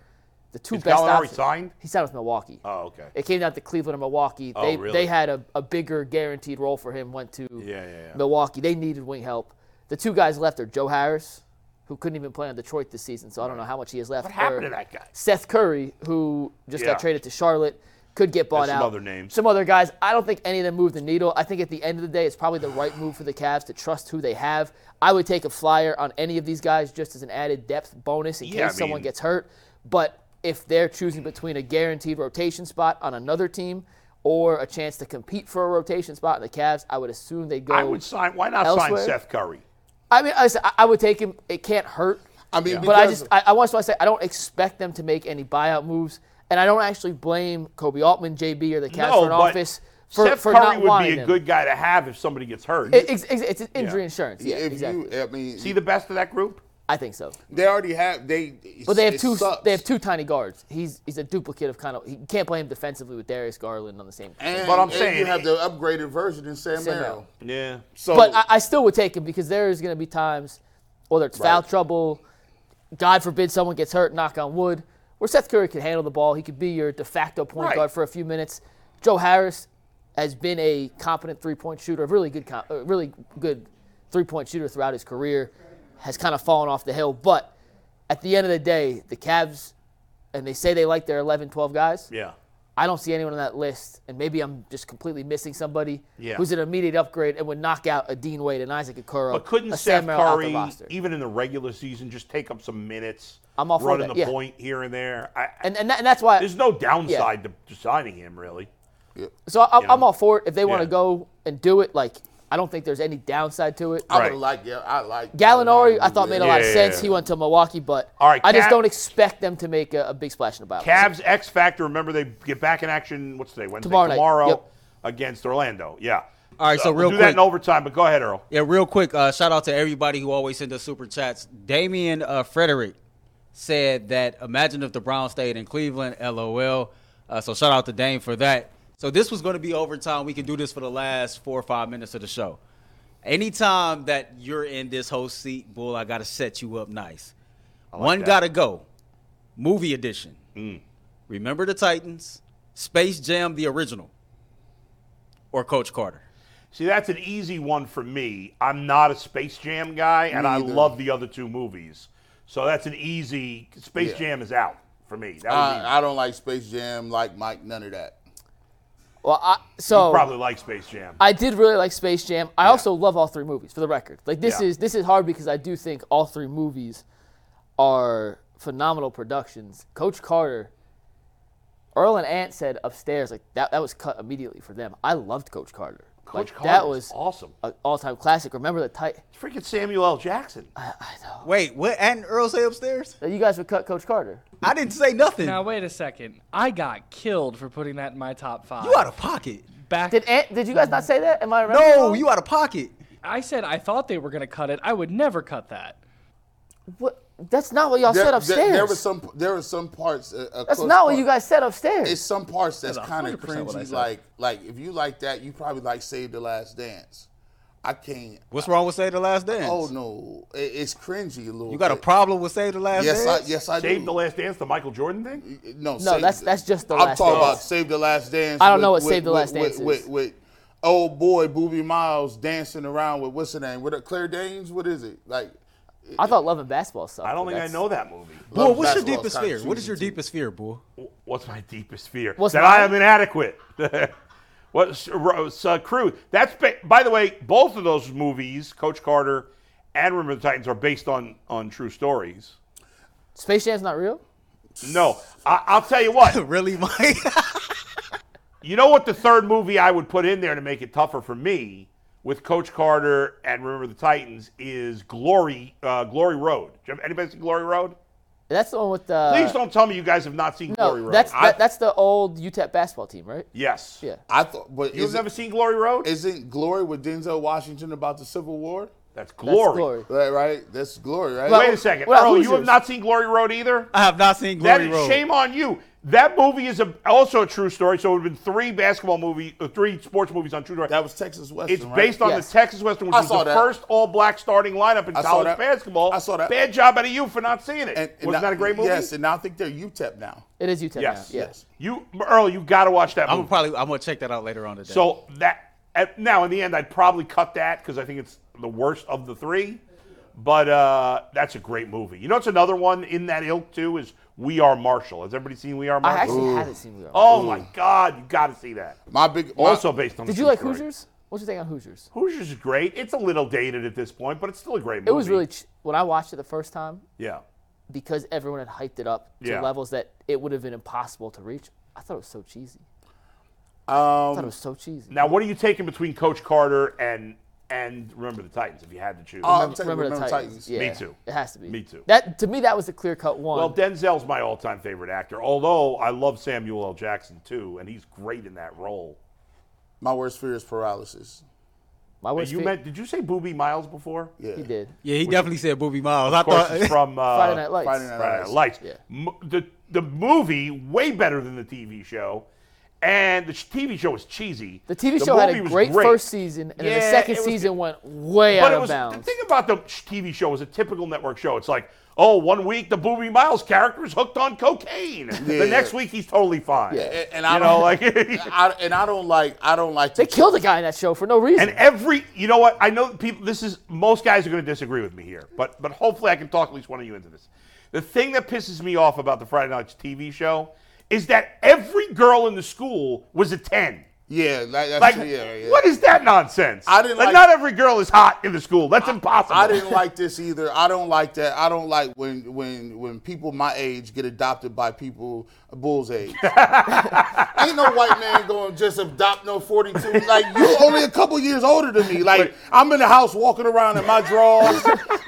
S3: the two
S2: Is
S3: best
S2: Gallinari
S3: options.
S2: signed?
S3: He signed with Milwaukee.
S2: Oh, okay.
S3: It came down to Cleveland and Milwaukee. they
S2: Oh, really?
S3: they had a, a bigger guaranteed role for him. Went to
S2: Yeah, yeah, yeah.
S3: Milwaukee. They needed wing help. The two guys left are Joe Harris, who couldn't even play on Detroit this season, so I don't know how much he has left.
S2: What happened
S3: or
S2: to that guy?
S3: Seth Curry, who just
S2: Yeah.
S3: got traded to Charlotte, could get bought
S2: There's some
S3: out.
S2: other names.
S3: Some other guys. I don't think any of them move the needle. I think at the end of the day, it's probably the right move for the Cavs to trust who they have. I would take a flyer on any of these guys just as an added depth bonus in
S2: Yeah, I
S3: case someone
S2: mean-
S3: gets hurt. But if they're choosing between a guaranteed rotation spot on another team or a chance to compete for a rotation spot in the Cavs, I would assume they go.
S2: I would sign. Why not
S3: elsewhere?
S2: sign Seth Curry?
S3: I mean, I, I would take him. It can't hurt.
S4: I mean,
S3: But I
S4: because-
S3: just I, I want to say I don't expect them to make any buyout moves, and I don't actually blame Kobe Altman, JB, or the Cavs
S2: no,
S3: front
S2: but
S3: office for,
S2: Seth
S3: for
S2: Curry
S3: not
S2: would be
S3: wanting
S2: a
S3: them.
S2: good guy to have if somebody gets hurt.
S3: It- it's, it's, it's injury
S2: Yeah.
S3: insurance. Yeah,
S4: if
S3: exactly.
S4: you, I mean,
S2: See the best of that group.
S3: I think so.
S4: they already have they.
S3: But they have
S4: it
S3: two.
S4: sucks.
S3: They have two tiny guards. He's he's a duplicate of kind of. You can't play him defensively with Darius Garland on the same.
S4: And,
S2: But I'm
S4: and
S2: saying-
S4: you have the upgraded version in Sam,
S3: Sam
S4: Merrill.
S3: Merrill.
S2: Yeah.
S4: So,
S3: but I, I still would take him because there is going to be times, whether it's foul trouble, God forbid someone gets hurt, knock on wood, where Seth Curry can handle the ball. He could be your de facto point
S2: Right.
S3: guard for a few minutes. Joe Harris has been a competent three-point shooter, a really good, com- a really good three-point shooter throughout his career. Has kind of fallen off the hill, but at the end of the day, the Cavs, and they say they like their 11, 12 guys
S2: Yeah.
S3: I don't see anyone on that list, and maybe I'm just completely missing somebody
S2: Yeah.
S3: who's an immediate upgrade and would knock out a Dean Wade and Isaac Okoro.
S2: But couldn't
S3: Oh, a
S2: Seth
S3: Sam Merrill out the
S2: Curry, e-
S3: roster.
S2: even in the regular season, just take up some minutes,
S3: I'm all for
S2: running
S3: that,
S2: the
S3: yeah.
S2: point here and there? I, I-
S3: and, and, that, and that's why.
S2: there's no downside to, to signing him, really.
S3: So I,
S2: know?
S3: I'm all for it. If they want
S2: Yeah.
S3: to go and do it, like I don't think there's any downside to it.
S4: I
S2: Right.
S4: would like, yeah, I like
S3: Gallinari, I thought made a lot of
S2: Yeah, yeah,
S3: sense.
S2: yeah.
S3: He went to Milwaukee, but
S2: All right,
S3: I just
S2: Cap-
S3: don't expect them to make a, a big splash in the Bible.
S2: Cavs X Factor. Remember, they get back in action. What's today? Wednesday.
S3: Tomorrow night, yep.
S2: against Orlando. Yeah.
S1: All right, so
S2: we'll
S1: real
S2: do that
S1: quick.
S2: in overtime. But go ahead, Earl.
S1: Yeah, real quick, uh, shout out to everybody who always send us super chats. Damian uh, Frederick said that imagine if the Browns stayed in Cleveland, LOL. Uh, so shout out to Dame for that. So this was going to be overtime. We can do this for the last four or five minutes of the show. Anytime that you're in this host seat, bull, I got to set you up nice. One
S2: that.
S1: got to go. Movie edition. Remember the Titans, Space Jam, the original, or Coach Carter.
S2: See, that's an easy one for me. I'm not a Space Jam guy, and I
S4: either.
S2: love the other two movies. So that's an easy. Space
S4: Yeah.
S2: Jam is out for me. That
S3: Uh,
S2: was easy.
S4: I, I don't like Space Jam, like Mike, none of that.
S3: Well, I, so
S2: probably like Space Jam.
S3: I did really like Space Jam. I also love all three movies, for the record. Like this
S2: Yeah.
S3: is this is hard because I do think all three movies are phenomenal productions. Coach Carter, Earl and Ant said upstairs like that that was cut immediately for them. I loved Coach Carter.
S2: Coach
S3: like,
S2: Carter
S3: that
S2: was
S3: was
S2: awesome.
S3: an all-time classic. Remember the tight.
S2: Freaking Samuel L. Jackson.
S1: Wait, what? And Earl say upstairs?
S3: You guys would cut Coach Carter.
S1: I didn't say nothing.
S5: Now wait a second. I got killed for putting that in my top five.
S1: you out of pocket.
S5: back?
S3: Did Ant, did you guys not say that? Am I remembering?
S1: No,
S3: wrong?
S1: you out of pocket.
S5: I said I thought they were gonna cut it. I would never cut that.
S3: What? That's not what y'all said upstairs.
S4: There, there was some. There were some parts. Uh, uh,
S3: That's
S4: close
S3: not
S4: part-
S3: what you guys said upstairs.
S4: It's some parts that's
S5: That's
S4: kind of
S5: 100% what I
S4: cringy.
S5: said.
S4: Like, like if you like that, you probably like Save the Last Dance. I can't.
S1: What's wrong with Save the Last Dance?
S4: Oh no, it, it's cringy a little.
S1: You got a
S4: bit.
S1: problem with Save the Last
S4: Yes, I,
S1: Dance?
S4: yes, I
S2: Save
S4: do.
S2: the Last Dance, the Michael Jordan thing.
S4: no, no,
S3: that's- that's just The
S4: I'm
S3: Last
S4: talking
S3: Dance.
S4: about Save the Last Dance.
S3: I don't know what Save the Last
S4: with,
S3: Dance
S4: with,
S3: is.
S4: With, with old boy Booby Miles dancing around with what's her name? With her Claire Danes? What is it like?
S3: I thought Love and Basketball sucked.
S2: I don't
S3: but
S2: think I
S3: that's-
S2: know that movie.
S1: Bull, what's your
S4: Basketball's
S1: deepest
S4: kinda
S1: fear? What is
S4: cheesy,
S1: your
S4: too.
S1: deepest fear, Bull?
S2: What's my deepest fear?
S3: What's
S2: that I
S3: mine?
S2: am inadequate. [laughs] What's uh, Crew? That's ba- by the way. Both of those movies, Coach Carter and Remember the Titans, are based on on true stories.
S3: Space Jam's not real.
S2: No, I, I'll tell you
S3: [laughs]
S2: what.
S1: Really, Mike?
S2: You know what? The third movie I would put in there to make it tougher for me with Coach Carter and Remember the Titans is Glory uh, Glory Road. Have Anybody seen Glory Road?
S3: That's the one with uh, the.
S2: Please don't tell me you guys have not seen Glory
S3: No,
S2: Road.
S3: that's
S2: I-
S3: that, that's the old UTEP basketball team, right?
S2: yes.
S3: Yeah.
S4: I thought, but
S2: You've
S4: is
S2: never seen Glory Road?
S4: Isn't Glory with Denzel Washington about the Civil War?
S2: That's
S3: That's
S2: Glory.
S4: Right, right. That's Glory, right?
S2: Wait a second,
S3: Well,
S2: Earl.
S3: who's
S2: You have
S3: yours?
S2: not seen Glory Road either.
S1: [laughs] I have not seen
S2: That
S1: Glory
S2: is
S1: Road.
S2: shame on you. That movie is a, also a true story. So it would have been three basketball movie, uh, three sports movies on true story.
S4: that was Texas Western.
S2: It's
S4: right?
S2: based on
S3: Yes.
S2: the Texas Western, which
S4: I
S2: was
S4: saw
S2: the
S4: that.
S2: first all-black starting lineup in
S4: I saw
S2: college
S4: that.
S2: basketball.
S4: I saw that.
S2: Bad job out of you for not seeing it.
S4: And, and
S2: Wasn't
S4: now-
S2: that a great movie?
S4: Yes, and now I think they're UTEP now.
S3: It is UTEP.
S2: Yes.
S3: Now. Yeah.
S4: Yes.
S2: You, Earl, you got to watch that
S1: I'm gonna
S2: movie.
S1: probably I'm gonna check that out later on today.
S2: so that at, now in the end, I'd probably cut that because I think it's the worst of the three. But uh, that's a great movie. You know, it's another one in that ilk too. Is We Are Marshall? Has everybody seen We Are
S3: I
S2: Marshall?
S3: actually haven't seen it.
S2: Oh my God, you got to see that.
S4: My big my-
S2: Also based on. the
S3: Did you
S2: true
S3: like
S2: story.
S3: Hoosiers? What's your thing on Hoosiers?
S2: Hoosiers is great. It's a little dated at this point, but it's still a great movie.
S3: It was really ch- when I watched it the first time
S2: yeah.
S3: because everyone had hyped it up to
S2: Yeah.
S3: levels that it would have been impossible to reach. I thought it was so cheesy. I thought it
S4: um,
S3: was so cheesy.
S2: Now, what are you taking between Coach Carter and and remember the Titans if you had to choose?
S4: I'm taking
S3: Remember,
S4: Remember
S3: the Titans?
S4: Titans.
S3: Yeah,
S2: too.
S3: It has to be.
S2: Me too.
S3: That to me that was the clear cut one.
S2: well, Denzel's my all-time favorite actor. Although I love Samuel L. Jackson too, and he's great in that role.
S4: My worst fear is paralysis.
S3: my
S2: But
S3: worst
S2: you
S3: fe-
S2: meant? Did you say Booby Miles before?
S4: Yeah.
S3: he did.
S1: yeah, he definitely said Booby Miles. I
S2: Of course, [laughs]
S3: [laughs]
S2: it's
S1: thought.
S2: from uh,
S3: Friday Night Lights.
S4: Friday Night
S2: Friday Night
S4: Lights.
S2: Lights.
S3: Yeah.
S2: M- the the movie way better than the TV show, and the sh- TV show was cheesy.
S3: The TV show had a
S2: movie was
S3: great, first season, and then
S2: Yeah,
S3: the second
S2: it was
S3: season
S2: good.
S3: went way
S2: But
S3: out
S2: it
S3: of
S2: was the
S3: bounds.
S2: thing about the sh- TV show was a typical network show. It's like, oh, one week the Booby Miles character is hooked on cocaine,
S4: Yeah.
S2: the next week he's totally fine.
S4: And, and
S2: you
S4: I
S2: know,
S4: don't
S2: like.
S4: [laughs]
S2: [laughs]
S4: I, and I don't like. I don't like.
S3: they killed a guy in that show for no reason.
S2: And every, you know what? I know people. This is most guys are going to disagree with me here, but but hopefully I can talk at least one of you into this. The thing that pisses me off about the Friday Night Lights TV show is that every girl in the school was a
S4: [laughs]
S2: 10.
S4: Yeah, like, that's,
S2: Like,
S4: yeah, yeah.
S2: what is that nonsense?
S4: I didn't like-
S2: not every girl is hot in the school. That's impossible.
S4: I didn't like this either. I don't like that. I don't like when when when people my age get adopted by people
S2: [laughs]
S4: Bull's age. Ain't no white man going to just adopt no 42. Like you're only a couple years older than me. Like I'm in the house walking around in my drawers.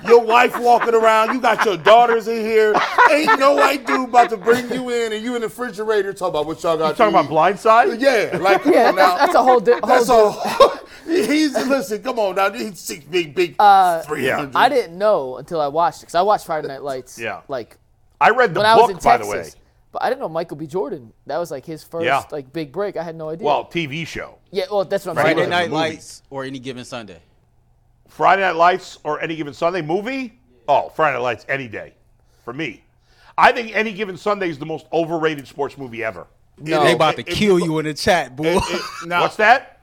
S4: Your wife walking around. You got your daughters in here. Ain't no white dude about to bring you in and you in the refrigerator talking about what y'all got.
S2: You talking
S4: to
S2: about
S4: eat.
S2: blindside?
S4: Yeah, like come
S3: Yeah,
S4: on now.
S3: that's, [laughs] that's a
S2: [laughs]
S3: whole, di- whole
S4: That's all. [laughs] He's listen. Come on now. He's six big, big. Uh, Three hundred.
S3: I didn't know until I watched it because I watched Friday Night Lights.
S2: Yeah.
S3: Like
S2: I read the
S3: when I was in
S2: book, by the
S3: Texas.
S2: way.
S3: But I didn't know Michael B. Jordan. That was like his first
S2: Yeah.
S3: like big break. I had no idea.
S2: Well, TV show.
S3: yeah. Well, that's what I'm
S2: Friday
S1: Friday
S3: saying.
S2: Night
S1: Night
S2: Movie.
S1: Lights or any given Sunday.
S2: Friday Night Lights or any given Sunday movie? Oh, Friday Night Lights any day for me. I think any given Sunday is the most overrated sports movie ever.
S4: No.
S1: They about to
S4: It- it-
S1: kill you in the chat, boy.
S2: [laughs]
S4: now,
S2: What's that?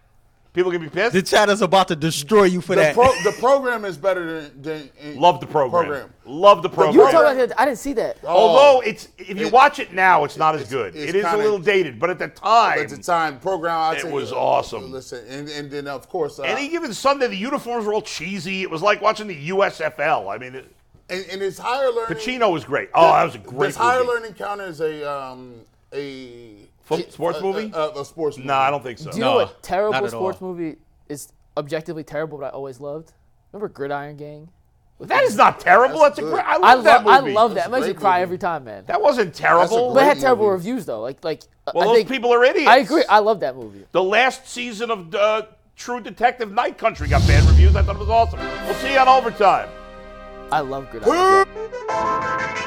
S2: People can be pissed.
S1: [laughs] the chat is about to destroy you for
S4: The,
S1: that.
S2: [laughs]
S4: pro, the program is better than. than in-
S2: Love the program. Love the program.
S3: You were talking about that. I didn't see that.
S2: Although it's if you
S4: It-
S2: watch it now, it's not as
S4: it's-
S2: good.
S4: it's
S2: It is a
S4: kinda-
S2: little dated, but at the time,
S4: At the time, program. I
S2: It
S4: take-
S2: was awesome.
S4: Listen, and, and then of course, uh,
S2: any given Sunday, the uniforms were all cheesy. It was like watching the USFL. I mean, it,
S4: and, and his higher learning.
S2: Pacino was great. Oh, that was a great
S4: This higher
S2: movie.
S4: learning counter is a um a
S2: Fo- sports
S4: a,
S2: movie?
S4: A, a, a sports movie.
S2: no, I don't think so.
S3: Do you know
S1: not
S3: what terrible
S1: at
S3: sports
S1: all.
S3: movie is objectively terrible, but I always loved? Remember Gridiron Gang?
S2: that is not terrible. That's,
S4: That's
S2: a
S4: good.
S2: great. I love
S3: I love
S2: that
S3: I
S2: movie.
S3: love
S4: That's
S3: that.
S4: a
S3: It makes you
S4: great
S3: cry
S4: movie.
S3: every time, man.
S2: That wasn't terrible.
S3: but it had
S4: great
S3: terrible
S4: movie.
S3: reviews though. Like like
S2: well,
S3: I
S2: those
S3: think
S2: people are idiots.
S3: I agree. I love that movie.
S2: the last season of uh, True Detective Night Country got bad reviews. I thought it was awesome. We'll see you on overtime.
S3: I love Gridiron Gang.
S6: Thank you.